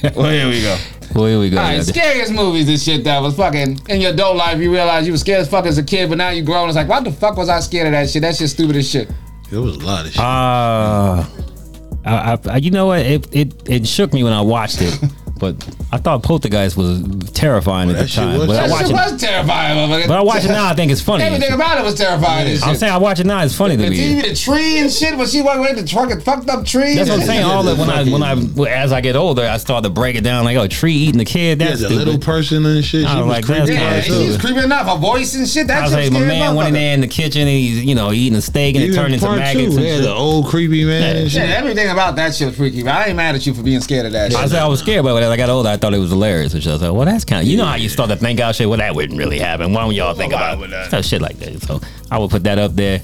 D: up.
E: Well, here we go.
C: Well, here we go.
E: All right, scariest movies and shit that was fucking in your adult life. You realize you were scared as fuck as a kid, but now you grown. It's like, why the fuck was I scared of that shit? That shit stupid as shit.
D: It was a lot
C: Oh,
D: of shit.
C: Uh, I, I, I- you know what? It, it it shook me when I watched it, but I thought Poltergeist was terrifying
D: Well,
C: at
D: that
C: the
D: shit
C: time.
D: was-
C: But I
E: That
C: watch
E: shit
C: it.
E: was terrifying, motherfucker.
C: But I watch it now. I think it's funny.
E: Everything about it was terrifying. and
C: I'm
E: shit.
C: saying I watch it now. It's funny to
E: The
C: me.
E: TV, the tree and shit. When she walked away, the truck and fucked up tree.
C: That's what I'm saying.
D: Yeah,
C: All
D: the
C: that when I when I well, as I get older, I start to break it down. Like oh, tree eating the kid.
D: yeah,
C: That's
D: the
C: stupid.
D: little person and shit.
C: I
D: She
C: was
D: was
C: like,
D: creepy.
C: that's
E: Yeah,
C: Yeah,
E: and she was
C: too.
E: creepy enough. Her voice and shit.
C: I
E: That
C: was
E: shit
C: like, my
E: scared
C: man went in
E: motherfucker.
C: there in the kitchen and he's you know eating a steak and it
D: Even
C: turned into
D: part
C: maggots
D: two,
C: and
D: yeah, the
C: shit.
D: old creepy man and
E: Yeah,
K: (laughs)
D: shit.
E: everything about that shit was freaky. But I ain't mad at you for being scared of that
C: I
E: shit.
C: said I was scared, but when I got older, I thought it was hilarious. Which I was like, well, that's kind of you know how you start to think out shit. Well, that wouldn't really happen. Why don't y'all think about stuff, shit like that? So I would put that up there.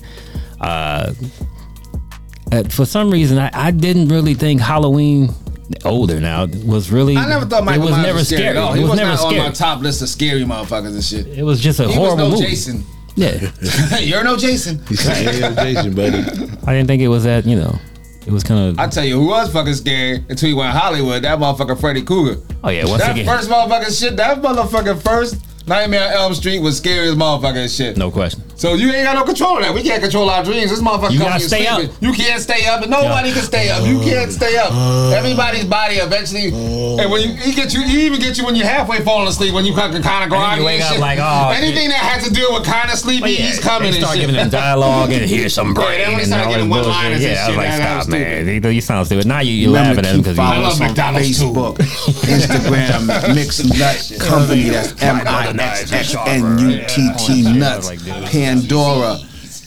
C: Uh, uh, for some reason, I, I didn't really think Halloween older now was really.
E: I never thought
C: it
E: Michael
C: was
E: Myers
C: never
E: was scary.
C: scary.
E: at all.
C: It
E: He
C: was,
E: was
C: never
E: not on
C: scary.
E: my top list of scary motherfuckers and shit.
C: It was just a
E: He was
C: horrible
E: no
C: movie.
E: Jason. (laughs)
C: Yeah,
E: You're no Jason.
D: He's like, "Hey, Jason, buddy.
C: (laughs) I didn't think it was that. You know, it was kind
E: (laughs) I
C: of.
E: tell you who was fucking scared until he went Hollywood. That motherfucker Freddy Cougar.
C: Oh yeah, once
E: that
C: again,
E: first motherfucking shit. That motherfucking first Nightmare on Elm Street was scary as motherfucking shit.
C: no question.
E: So you ain't got no control of that. We can't control our dreams. This motherfucker
C: You
E: come
C: gotta
E: to
C: stay
E: sleeping.
C: up.
E: You can't stay up, and nobody can stay up. You can't stay up. Everybody's body eventually, and when you he get you, he even get you when you're halfway falling asleep. When you kind of kind of groggy,
C: wake
E: and
C: up
E: shit.
C: like, oh,
E: anything
C: shit.
E: that has to do with kind of sleepy,
C: But yeah,
E: he's coming.
C: They
E: and
C: start
E: shit.
C: giving them dialogue and here's some brain
E: then when they
C: and
E: start
C: all this
E: giving
C: bullshit.
E: one-liners and
C: Yeah, I was
E: shit,
C: like,
E: that sounds
C: stop, man.
E: stupid.
C: You, you sound stupid. Now you you laughing at him because
E: following
C: you.
E: love McDonald's too.
K: Facebook, (laughs) Instagram, Mixed (laughs) Nut Company. That's M I X X N U T T Nuts. Pandora.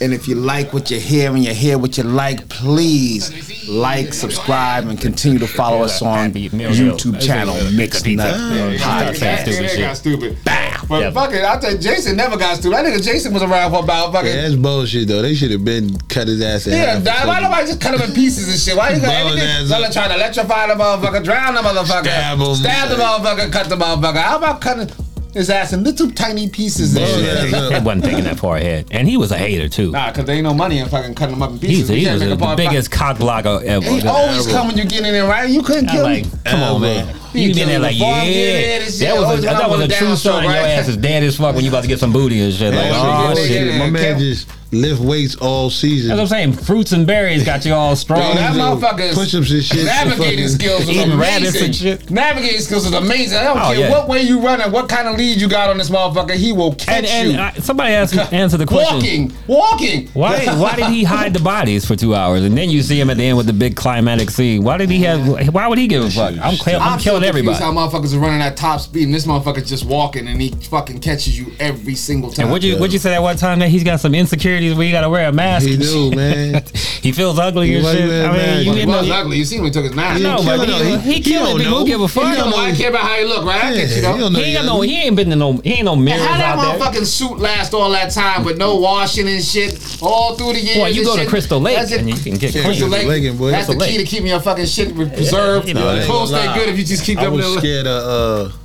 K: And if you like what you hear and you hear what you like, please like, subscribe, and continue to follow us on YouTube channel Mixed Nut
C: Stop
K: Podcast.
C: saying
E: That
C: stupid
E: nigga got
C: shit.
E: stupid. But
C: Yep.
E: fuck it, I tell you, Jason never got stupid. That nigga Jason was around for about fucking.
D: Yeah,
E: Yeah,
D: that's bullshit though. They should have been cut his ass. in half
E: die- why
D: before
E: nobody just cut him in pieces and shit? Why you got
D: Blow his
E: everything?
D: ass up.
E: Y'all trying to electrify the motherfucker, drown the motherfucker,
D: Stab him.
E: stab the motherfucker, cut the motherfucker. How about cutting his ass in little tiny pieces and
D: you- (laughs)
E: shit?
D: Yeah, look.
C: It wasn't thinking that far ahead, and he was a hater too.
E: Nah, cause there ain't no money in fucking cutting him up in
C: He's
E: pieces. You
C: he
E: can't
C: was
E: make
C: a,
E: a
C: the
E: part-
C: biggest cock blocker ever.
E: He always come when you get in there, right? You couldn't
C: I
E: kill
C: like,
E: him.
C: come on, man. You been there like,
E: Before
C: yeah.
E: I'm getting in this shit,
C: That was
E: always
C: a,
E: when
C: that
E: I'm
C: was
E: on
C: a
E: the
C: true
E: downstroke,
C: sign. Your
E: right?
C: ass is dead as fuck when you about to get some booty and shit. Like,
D: they-
C: oh,
E: yeah, yeah,
C: shit.
E: yeah.
D: My man
E: Cam-
D: just lift weights all season.
C: That's what I'm saying. Fruits and berries got you all strong.
E: Yo, that motherfucker is-
D: push-ups and shit.
E: Navigating
D: Fucking-
E: skills was
C: Eating rabbits and
E: amazing.
C: shit.
E: Navigating skills was amazing. I don't
C: Oh,
E: care
C: yeah.
E: what way you run and what kind of lead you got on this motherfucker. He will catch
C: and and
E: you.
C: I, somebody asked
E: (laughs)
C: me answer the question.
E: walking, walking.
C: Why why did he hide the bodies for two hours and then you see him at the end with the big climatic scene? Why did he have? Why would he give a fuck? I'm, cl- I'm killing killed everybody.
E: How motherfuckers are running at top speed, and this motherfucker's just walking, and he fucking catches you every single time.
C: And what you what you say that one time that he's got some insecurities where you gotta wear a mask?
D: He
C: and
D: do,
C: shit?
D: man.
C: (laughs) he feels ugly
D: He
C: and
D: like
C: shit.
D: that
C: I mean,
D: mask.
C: you
E: He
C: didn't know.
E: was ugly. You seen when he took his mask.
C: no,
E: off.
D: He
C: but
D: killing
C: he,
D: him.
C: he,
D: He
C: killing
D: don't
C: people. Who
D: know.
C: give a
E: He
C: fuck?
E: don't know why I care about how he look, right? I
D: Yeah,
E: catch you
D: he
E: though.
D: don't know
C: He ain't got no.
D: nothing.
C: He ain't been in no. He ain't no mirrors
E: How that
C: out there.
E: motherfucking suit last all that time with
C: (laughs)
E: no washing and shit all through the years?
C: Boy, you
E: and
C: go to
E: shit?
C: Crystal Lake
E: That's it.
C: and you can get
D: Yeah,
E: Crystal
C: clean.
D: Crystal
E: Lake.
D: Lake, boy.
E: That's the
C: Crystal
E: key to
C: Lake.
E: keeping your fucking shit preserved.
C: Yeah, yeah,
E: The
C: yeah.
E: clothes stay
D: Nah.
E: good if you just keep
D: I
E: them
D: was
E: little.
D: scared of uh,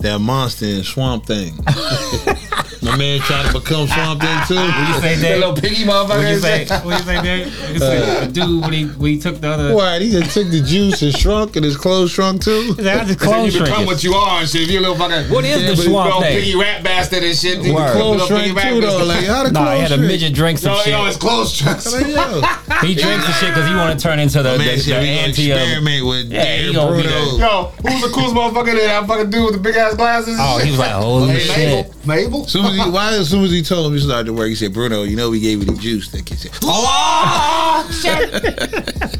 D: that monster in Swamp Thing.
I: My man trying to become Swamp Thing too.
C: You say
E: (laughs) That
C: that.
E: little piggy motherfucker.
C: What you
E: and
C: say?
E: shit.
C: What you say, Derek? What you say? The dude when he when he took the other.
D: Why? He just took the juice and shrunk, and his clothes shrunk too.
C: He said, I just
E: They say
C: clothes
E: you become
C: shrinking.
E: what you are and shit. If you a little fucking
C: Oh, What is the
E: Yeah, but
C: swamp
E: little
C: thing?
E: Piggy rat bastard and shit. dude.
C: Word.
E: Little
D: Clothes
E: piggy
D: shrunk
E: rat
D: too, though.
E: bastard.
D: Like how the clothes
C: (laughs) Nah, he had a
D: shrink?
C: midget drink some
E: No, yo, it's
C: shit.
E: clothes shrunk.
D: Like, yo,
C: He drinks the shit because he want to turn into
E: Oh,
C: the, the,
D: man,
C: the
D: shit, we gonna
C: anti uh, um, of.
D: experiment with
C: Yeah,
D: yeah,
C: he gonna be
D: Bruno.
E: Yo, who's the coolest motherfucker that I fucking dude with the big ass glasses? and
C: Oh,
E: shit?
C: he was like, holy
E: Hey,
C: shit.
E: Mabel. Mabel.
D: Soon as
E: (laughs)
D: he, why? As soon as he told him he started to work, he said, "Bruno, you know we gave you the juice." That kid said, "Oh,
C: Ah!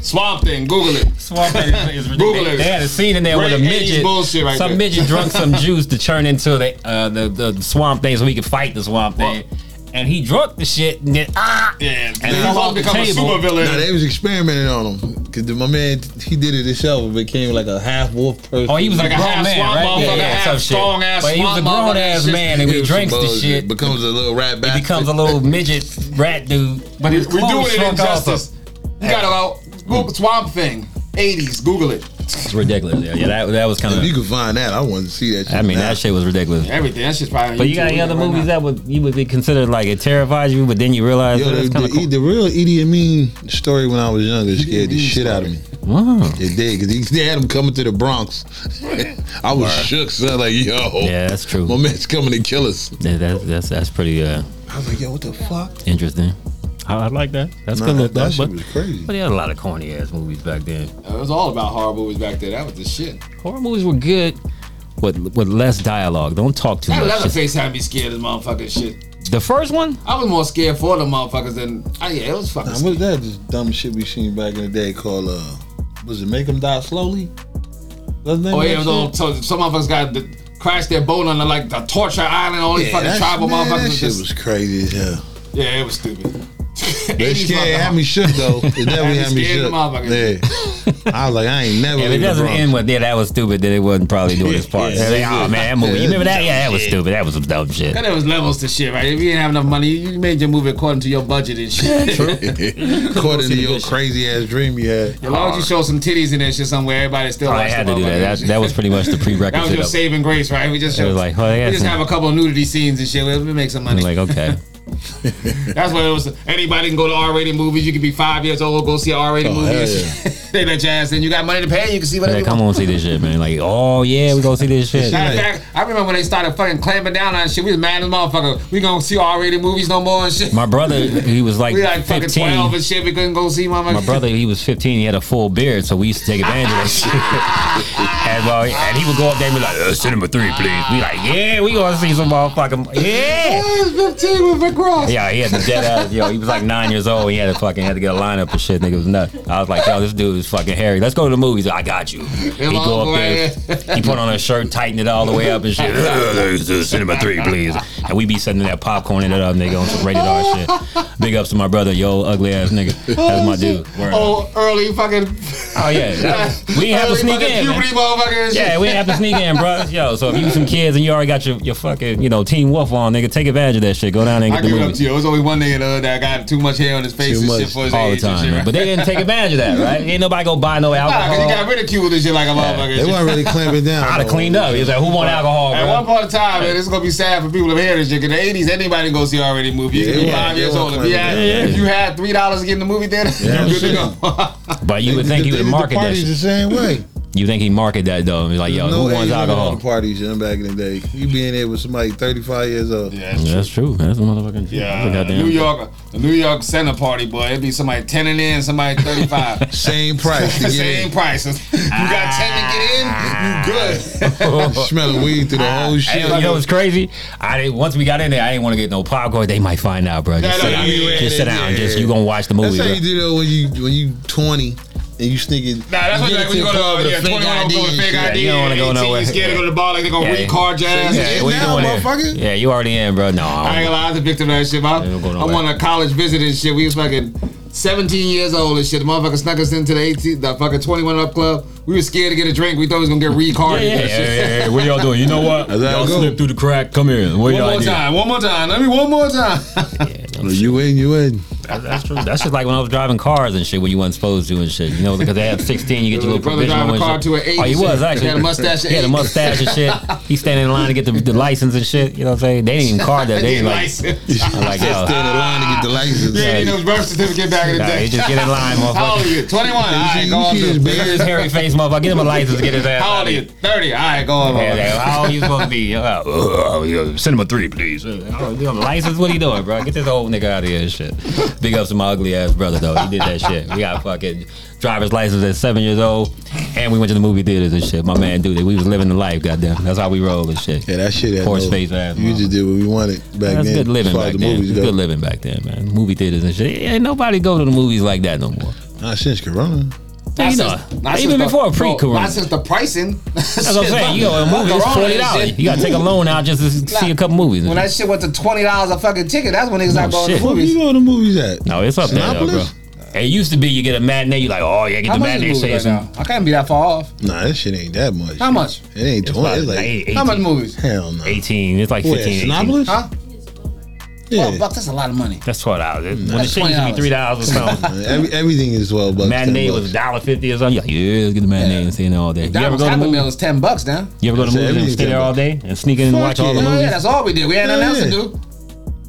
E: Swamp Thing. Google it.
C: Swamp Thing is
E: Google
C: ridiculous.
E: it.
C: They had a scene in there
E: Great
C: with a
E: 80s
C: midget.
E: bullshit right
C: some
E: there.
C: midget drunk
E: (laughs)
C: some juice to turn into the, uh, the the swamp thing so he could fight the swamp thing. And he drunk the shit and then ah
E: Yeah,
C: And
E: and
C: fell
E: he's
C: off
E: all
C: the
E: become a
C: table.
E: supervillain.
D: "No, they was experimenting on him because my man he did it himself and became like a half wolf person."
C: Oh, he was like,
E: Like
C: a
E: a
C: grown
E: half
C: man,
E: swamp
C: right?
E: motherfucker, half
C: some
E: strong ass
C: But he was a
E: swamp
C: grown
E: motherfucker.
C: ass
E: Shit.
C: man, and
D: It
C: he
D: was
C: drinks the
D: supposed-
C: shit.
D: becomes a little rat bastard.
C: becomes a little midget rat dude. But his
E: We're doing
C: clothes
E: it
C: shrunk off.
E: injustice. You got about Google Swamp Thing. 80s. Google it.
C: It's ridiculous. Yeah, yeah that, that was kind
D: If you
C: of.
D: could find that, I want to see that. Shit
C: I mean,
D: now.
C: that shit was ridiculous.
E: Everything. That shit's probably. on
C: But you
E: YouTube
C: got any other
E: right
C: movies
E: now.
C: that would you would be considered like it terrifies you, but then you realize
D: Yo,
C: oh,
D: the,
C: that's kind
D: the,
C: of cool.
D: the real Idi Amin story when I was younger scared the shit out of me.
C: Wow.
D: It did because (laughs) they had him coming to the Bronx. (laughs) I was shook, son. Like, yo,
C: Yeah, that's true.
D: my man's coming to kill us.
C: Yeah, that, that's that's pretty uh,
D: I was like, yo, what the fuck?
C: interesting. I, I like that. That's
D: Nah,
C: good look
D: that,
C: back,
D: shit
C: but,
D: was crazy.
C: but they had a lot of corny ass movies back then.
E: It was all about horror movies back then. That was the shit.
C: Horror movies were good with with less dialogue. Don't talk too
E: That
C: much. Just-
E: Leatherface had me scared as motherfucking shit.
C: the first one,
E: I was more scared for the motherfuckers than. Oh, yeah, it was fucking.
D: Nah, what was that just dumb shit we seen back in the day called, uh, was it Make Him Die Slowly? Wasn't that
E: Oh yeah, it
D: that
E: was all,
D: shit?
E: so some motherfuckers got the, crashed their boat on the, like the torture island. All these
D: Yeah,
E: fucking
D: that-
E: tribal
D: man,
E: motherfuckers.
D: That
E: was
D: shit
E: just-
D: was crazy as hell.
E: yeah, it was stupid.
D: That
E: 80s
D: shit had
E: motherfucker.
D: me shook,
E: (laughs)
D: though. It definitely
E: Had
D: had
E: me
D: me
E: scared of
D: shook.
E: the
D: Yeah. I was like, I ain't never
C: if it
D: leaving the
C: doesn't
D: Bronx.
C: end with yeah, that was stupid. Then it wasn't probably doing its part.
D: Yeah,
C: Say,
D: yeah.
C: oh man, that movie.
D: Yeah,
C: you remember
D: that's
C: that? Yeah, that was stupid. That was some dumb shit.
E: And there was levels to shit, right? If you didn't have enough money, you made your movie according to your budget and shit.
D: (laughs)
E: (laughs)
D: According to your crazy ass dream you
C: (laughs)
D: had.
E: As long as you show some titties in that shit somewhere, everybody still.
C: Oh, I
E: watched
C: had
E: the
C: to do
E: motherfucker.
C: that. That, that was pretty much the
E: That was
C: prerequisite.
E: your
C: of,
E: saving grace, right? We just
C: it
E: showed,
C: was like, well, yeah,
E: we just have a couple of nudity scenes and shit. Let me make some money.
C: like okay.
E: That's what it was. Anybody can go to R-rated movies. You can be five years old, go see an R-rated
D: Oh,
E: movie.
D: hell
E: and shit. (laughs) they let your ass in. You got money to pay. You can see whatever.
C: Yeah,
E: you
C: come
E: want.
C: on, see this shit, man. Like, oh yeah, we gonna see this shit.
E: Matter of fact, I remember when they started fucking clamping down on shit. We was mad as motherfucker. We gonna see R-rated movies no more and shit.
C: My brother, he was like
E: we like fucking twelve
C: 15.
E: and shit. We couldn't go see my (laughs)
C: My brother, he was 15. He had a full beard, so we used to take advantage of that
E: (laughs)
C: shit. and, well, and he would go up there and be like, uh, "Cinema three, please." We like, "Yeah, we gonna see some motherfucking yeah."
E: Fifteen with Rick Ross.
C: Yeah, he had the dead ass. Yo, he was like nine years old. He had to fucking had to get a lineup and shit. Nigga was nuts. I was like, yo, this dude is fucking hairy. Let's go to the movies. I got you. He go up there. He put on a shirt, tighten it all the way up and shit. "Uh, Cinema three, please. And we be sitting there popcorning it up, nigga, on some rated R shit. Big ups to my brother, yo, ugly ass nigga. That's my dude. Word. Oh,
E: Oh, early fucking.
C: yeah, that- we didn't have to
E: early
C: sneak
E: fucking
C: in. man.
E: Puberty, motherfucker. and shit.
C: Yeah, we didn't have to sneak in, bro. Yo, so if you some kids and you already got your, your fucking, you know, Team Wolf on, nigga, take advantage of that shit. Go down there and get
E: I
C: the
E: give it
C: movie.
E: up to you. It was only one nigga the other that got too much hair on his face
D: Too
E: and
D: much.
E: shit for his
C: all the
E: age and
C: time.
E: shit.
C: man.
E: Right?
C: But they didn't take advantage of that, right? Ain't nobody gonna buy no
E: Nah, 'cause
C: alcohol.
E: he got ridiculed and shit like a motherfucker.
D: They
E: and shit.
D: weren't really clamping down.
C: I'd have
D: though.
C: cleaned up. He was like, "Who want alcohol,
E: At one
C: bro?"
E: point in time, man, it's gonna be sad for people to hear this shit. 'cause In the 80s, anybody go see already movie. You
D: Yeah,
E: can be
D: yeah,
E: five
D: yeah,
E: years
D: yeah,
E: old. If you, had,
D: yeah,
C: yeah.
E: if you had three dollars to get in the movie theater, you're good to go.
C: But you would think he
D: They
C: would
D: did the
C: market that.
D: parties
C: Shit.
D: the same way.
C: You think he market that though? He's like, (laughs) "Yo,
D: no
C: who
D: age
C: wants
D: limit on
C: alcohol?"
D: the parties in back in the day. You being there with somebody 35 years old.
E: yeah,
C: Yeah, that's true. That's a motherfucking shit. That's a
E: (laughs) yeah.
C: goddamn-
E: New York, the New York Center party, boy. It'd be somebody ten and
C: (laughs)
E: in, somebody thirty-five. (laughs)
D: Same price to get
E: Same
D: in.
E: prices. You got ten to get in, you good.
D: (laughs) Smelling weed through the
E: Oh,
D: whole shit.
C: Ah. Hey, you know what's crazy? I didn't. Once we got in there, I didn't want to get no popcorn. They might find out, bro. Just
E: Yeah,
C: sit
E: no,
C: down.
E: you
C: Just sit
D: yeah,
C: down.
D: yeah.
C: Just you gonna watch the
D: That's
C: movie,
D: how
C: bro.
D: you do though when you when you 20
L: and you sneak it.
E: Nah, that's what
L: you get
E: like
L: it
E: when you
L: the
E: go
L: club
E: to
L: with
E: yeah,
L: a fake
E: 21 don't go to
L: ID
E: fake
L: and shit.
E: ID.
C: you don't wanna go
E: 18,
C: nowhere.
E: You scared to go to the bar like they gonna weed card your ass.
C: Yeah, what you
L: now,
C: doing there?
L: motherfucker?
C: Yeah, you already in, bro. No, I
E: I ain't
C: don't-
E: gonna lie, I was a victim of that shit. I,
C: don't go
E: I
C: nowhere.
E: went on a college visit and shit. We was fucking 17 years old and shit. The motherfucker snuck us into the 18, the fucking 21 up club. We were scared to get a drink. We thought we was gonna get recarded.
C: Yeah, yeah,
E: and shit.
C: yeah, yeah, yeah. What y'all doing? You know what? Y'all slipped through the crack. Come here. What
E: One
C: y'all
E: more
C: did?
E: time, one more time. Let me one more time.
L: You in, you in.
C: That- That's true. That's just like when I was driving cars and shit when you wasn't supposed to and shit. You know, because they have 16, you get your little
E: Your brother
C: provisional
E: driving a car
C: and
E: to an
C: shit.
E: eight
C: Oh, he
E: and shit.
C: was actually.
E: He had a mustache at
C: He had a
E: eight.
C: mustache and shit. He standing in line to get the, the license and shit. You know what I'm saying? They didn't even card that. They
E: Get
C: didn't like.
E: license.
C: I'm
E: (laughs)
C: like, yo.
L: Stand in line to get the license.
E: Yeah, you know, birth certificate back in the
C: Nah,
E: day.
C: you just get in line,
E: (laughs) How old are
C: motherfucker.
E: you? 21. All right,
L: see-
E: go
L: you
E: on
L: see
E: through.
L: his
C: Look at this hairy face, motherfucker. Get him a license to get his ass.
E: How old
C: out
E: are
C: of
E: you?
C: here.
E: 30. All right, go on.
C: Yeah,
E: bro.
C: like, how old you supposed to be? Uh, uh, yeah, Cinema three, please. Uh, oh, you on the license? What are you doing, bro? Get this old nigga out of here and shit. Big ups to my ugly ass brother though. He did that shit. We got fucking driver's license at seven years old, and we went to the movie theaters and shit. My man, dude, we was living the life. Goddamn, that's how we roll and shit.
D: Yeah, that shit. had
C: Poor
D: no-
C: space ass.
D: You
C: mama.
D: just did what we wanted back
C: That's
D: then.
C: good living
D: as far as
C: back
D: the
C: then.
D: movies go.
C: Good living back then, man. Movie theaters and shit. Ain't nobody go to the movies like that no more.
D: Nah, since Corona.
C: You know, even before pre-corona.
M: Not since the pricing.
C: That's
E: (laughs)
C: what I'm saying. You go to a movie, it's forty dollars. You gotta take a loan out just to see a couple movies.
M: When that shit went to twenty dollars a fucking ticket, that's when niggas
C: No
M: not going
C: shit.
M: to
D: Where
M: movies.
D: you go to movies at?
C: No, it's up there, though, bro.
D: Sinopolis?
C: It used to be you get a matinee, you like, oh yeah, get
M: How
C: the
M: much is
C: matinee
M: movies right
C: station.
M: now? I can't be that far off.
D: Nah, that shit ain't that much.
M: How much?
D: It ain't
C: It's
D: twenty.
C: about
D: It's like
C: eight- 18,
M: How much movies?
D: hell no.
C: 18, it's like
D: Where,
C: 15. 18.
D: Sinopolis?
M: Huh? Twelve
D: Yeah.
M: bucks. That's a lot of money.
C: That's twelve dollars. It- When the
M: That's
C: shit used to be
M: $20.
C: three dollars or something.
D: Every, everything is twelve bucks.
C: matinee
D: 10
C: was
D: bucks.
C: dollar fifty or something. You're like, yeah, let's get the matinee and stay in there all day. You
M: That
C: ever
M: was
C: go to
M: Happy
C: movies?
M: Meal is ten bucks now.
C: You ever go to
D: That's
C: movies and
D: everything
C: stay there all day and sneak in and
D: Fuck
C: watch all the
D: yeah.
M: Oh yeah,
C: movies?
M: that's all we did. We had nothing else to
D: Yeah.
M: do.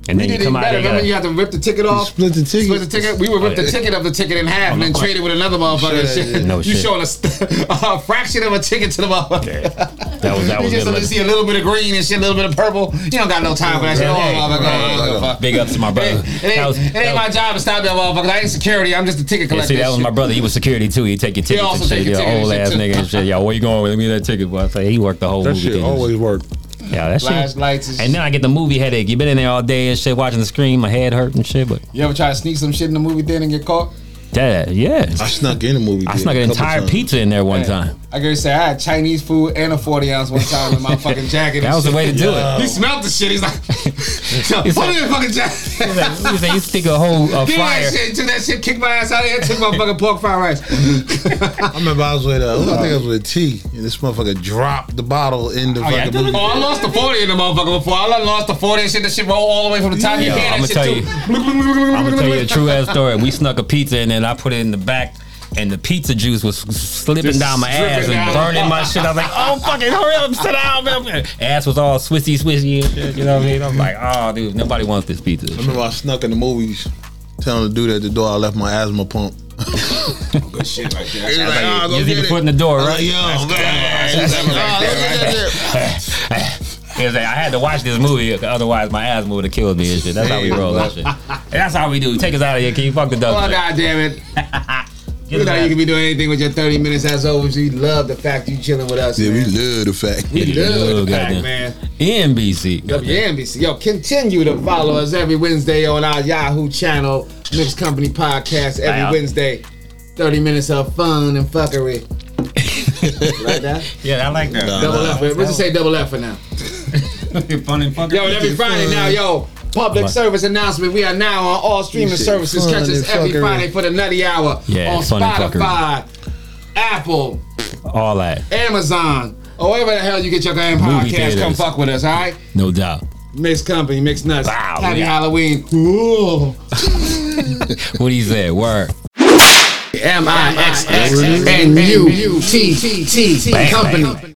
C: And then
E: We
C: you
E: did it
C: come out
E: better.
C: and you
E: Remember, you
C: gotta-
E: had to rip the ticket off.
D: Split the ticket.
E: Split the ticket. We
C: Oh,
E: would rip the ticket of the ticket in half and then trade it with another motherfucker. and (laughs) shit.
C: No
E: you
C: shit.
E: showing a, st- a fraction of a ticket to the motherfucker.
C: that was that
E: (laughs) You
C: was
E: just
C: good.
E: only
C: living.
E: see a little bit of green and shit, a little bit of purple. You don't got no time for that shit. Oh,
C: Hey,
E: motherfucker,
C: right,
E: oh, motherfucker.
C: Big ups to my
E: It
C: brother.
E: ain't, it
C: That
E: ain't,
C: was,
E: it ain't
C: that
E: my
C: was,
E: job to stop that motherfucker. I ain't security. I'm just a ticket
C: yeah,
E: collector.
C: see, that was
E: and
C: my
E: shit.
C: brother. He was security too. He'd take your tickets
E: also
C: and
E: take
C: shit.
E: your
C: Your
E: ticket and
C: old
E: shit,
C: ass
E: too.
C: nigga and shit. Yo, where you going with? Let me that ticket, boy. I say he worked the whole
D: That
C: movie.
D: shit
C: theater.
D: always worked.
C: Yeah, that shit.
E: Flashlights and
C: And then I get the movie headache. You've been in there all day and shit, watching the screen. My head hurt and shit. But
E: You ever try to sneak some shit in the movie theater and get caught?
C: that, yeah,
D: I snuck in a movie.
C: I
D: theater
C: snuck
D: a
C: an
D: couple
C: entire
D: times.
C: pizza in there one time.
E: I gotta say, I had Chinese food and a 40 ounce one time
C: (laughs)
E: in my fucking jacket.
C: That was the way to do (laughs) it.
E: He smelled the shit. He's like, (laughs) "Yo,
C: He's
E: put
C: like-
E: it in the fucking
C: (laughs)
E: jacket.
C: You say you stick a whole uh,
E: Give me
C: fryer.
E: that shit, took that shit, kicked my ass out of here, took my fucking pork
C: (laughs)
E: fried rice.
D: I remember I was with uh, who I think I was with T, and this motherfucker dropped the bottle in the fucking movie.
E: Oh, I lost the 40 in the motherfucker before. I done lost the 40 and shit. That shit roll all the way from the top of your
C: Yo,
E: head.
C: I'ma
E: that
C: tell
E: shit
C: you.
E: too.
C: I'm gonna tell you a true ass story. We snuck a pizza and then I put it in the back. And the pizza juice was slipping
E: Just
C: down my ass
E: dripping
C: and
E: down.
C: burning my shit. I was like, "Oh fucking hurry up, sit down, man!" Ass was all swissy, swissy and shit. You know what I mean? I'm like, "Oh, dude, nobody wants this pizza."
D: I remember I snuck in the movies, telling the dude at the door I left my asthma pump.
E: Oh, Good shit right there.
D: He was like, "Ah,
C: You
D: go
C: just
D: get
C: even
D: it."
C: put in the door,
D: I was
C: right?
D: like, yo, man, ah, look at that shit.
C: Cause I had to watch this movie, otherwise my asthma would have killed me and shit. That's how we roll that shit. And that's how we do. Take us out of here, Can you Fuck the
E: Oh,
C: dumb shit.
E: God damn it.
C: Get
E: You
C: us
E: know
C: out
E: you
C: of
E: can be doing anything with your 30 minutes. That's over. We love the fact you chilling with us.
D: Yeah, we
E: man.
D: love the fact.
C: here.
E: love the fact,
C: Goddamn.
E: man.
C: NBC.
E: WNBC. Yo, continue to follow us every Wednesday on our Yahoo channel, Mixed Company Podcast, every
C: Wow.
E: Wednesday. 30 minutes of fun and fuckery. like that?
C: (laughs) Yeah, I like that.
E: Double F. We'll just say double F for now.
C: Funny fucking.
E: Yo, and every Friday now, yo, public service announcement. We are now on all streaming services.
D: fun
E: Catch us
D: and
E: every
D: fuckery.
E: Friday for the Nutty Hour
C: Yeah,
E: on
C: fun and
E: Spotify, Apple,
C: All that,
E: Amazon, or wherever the hell you get your damn
C: Movie
E: podcast. Come
C: theaters.
E: fuck with us, all right?
C: no doubt.
E: Mixed company, mixed nuts.
C: Wow,
E: Happy
C: yeah.
E: Halloween. Ooh.
C: What do you say? Word.
E: M I X X N U T T T
C: Bang,
E: Company.
C: bang.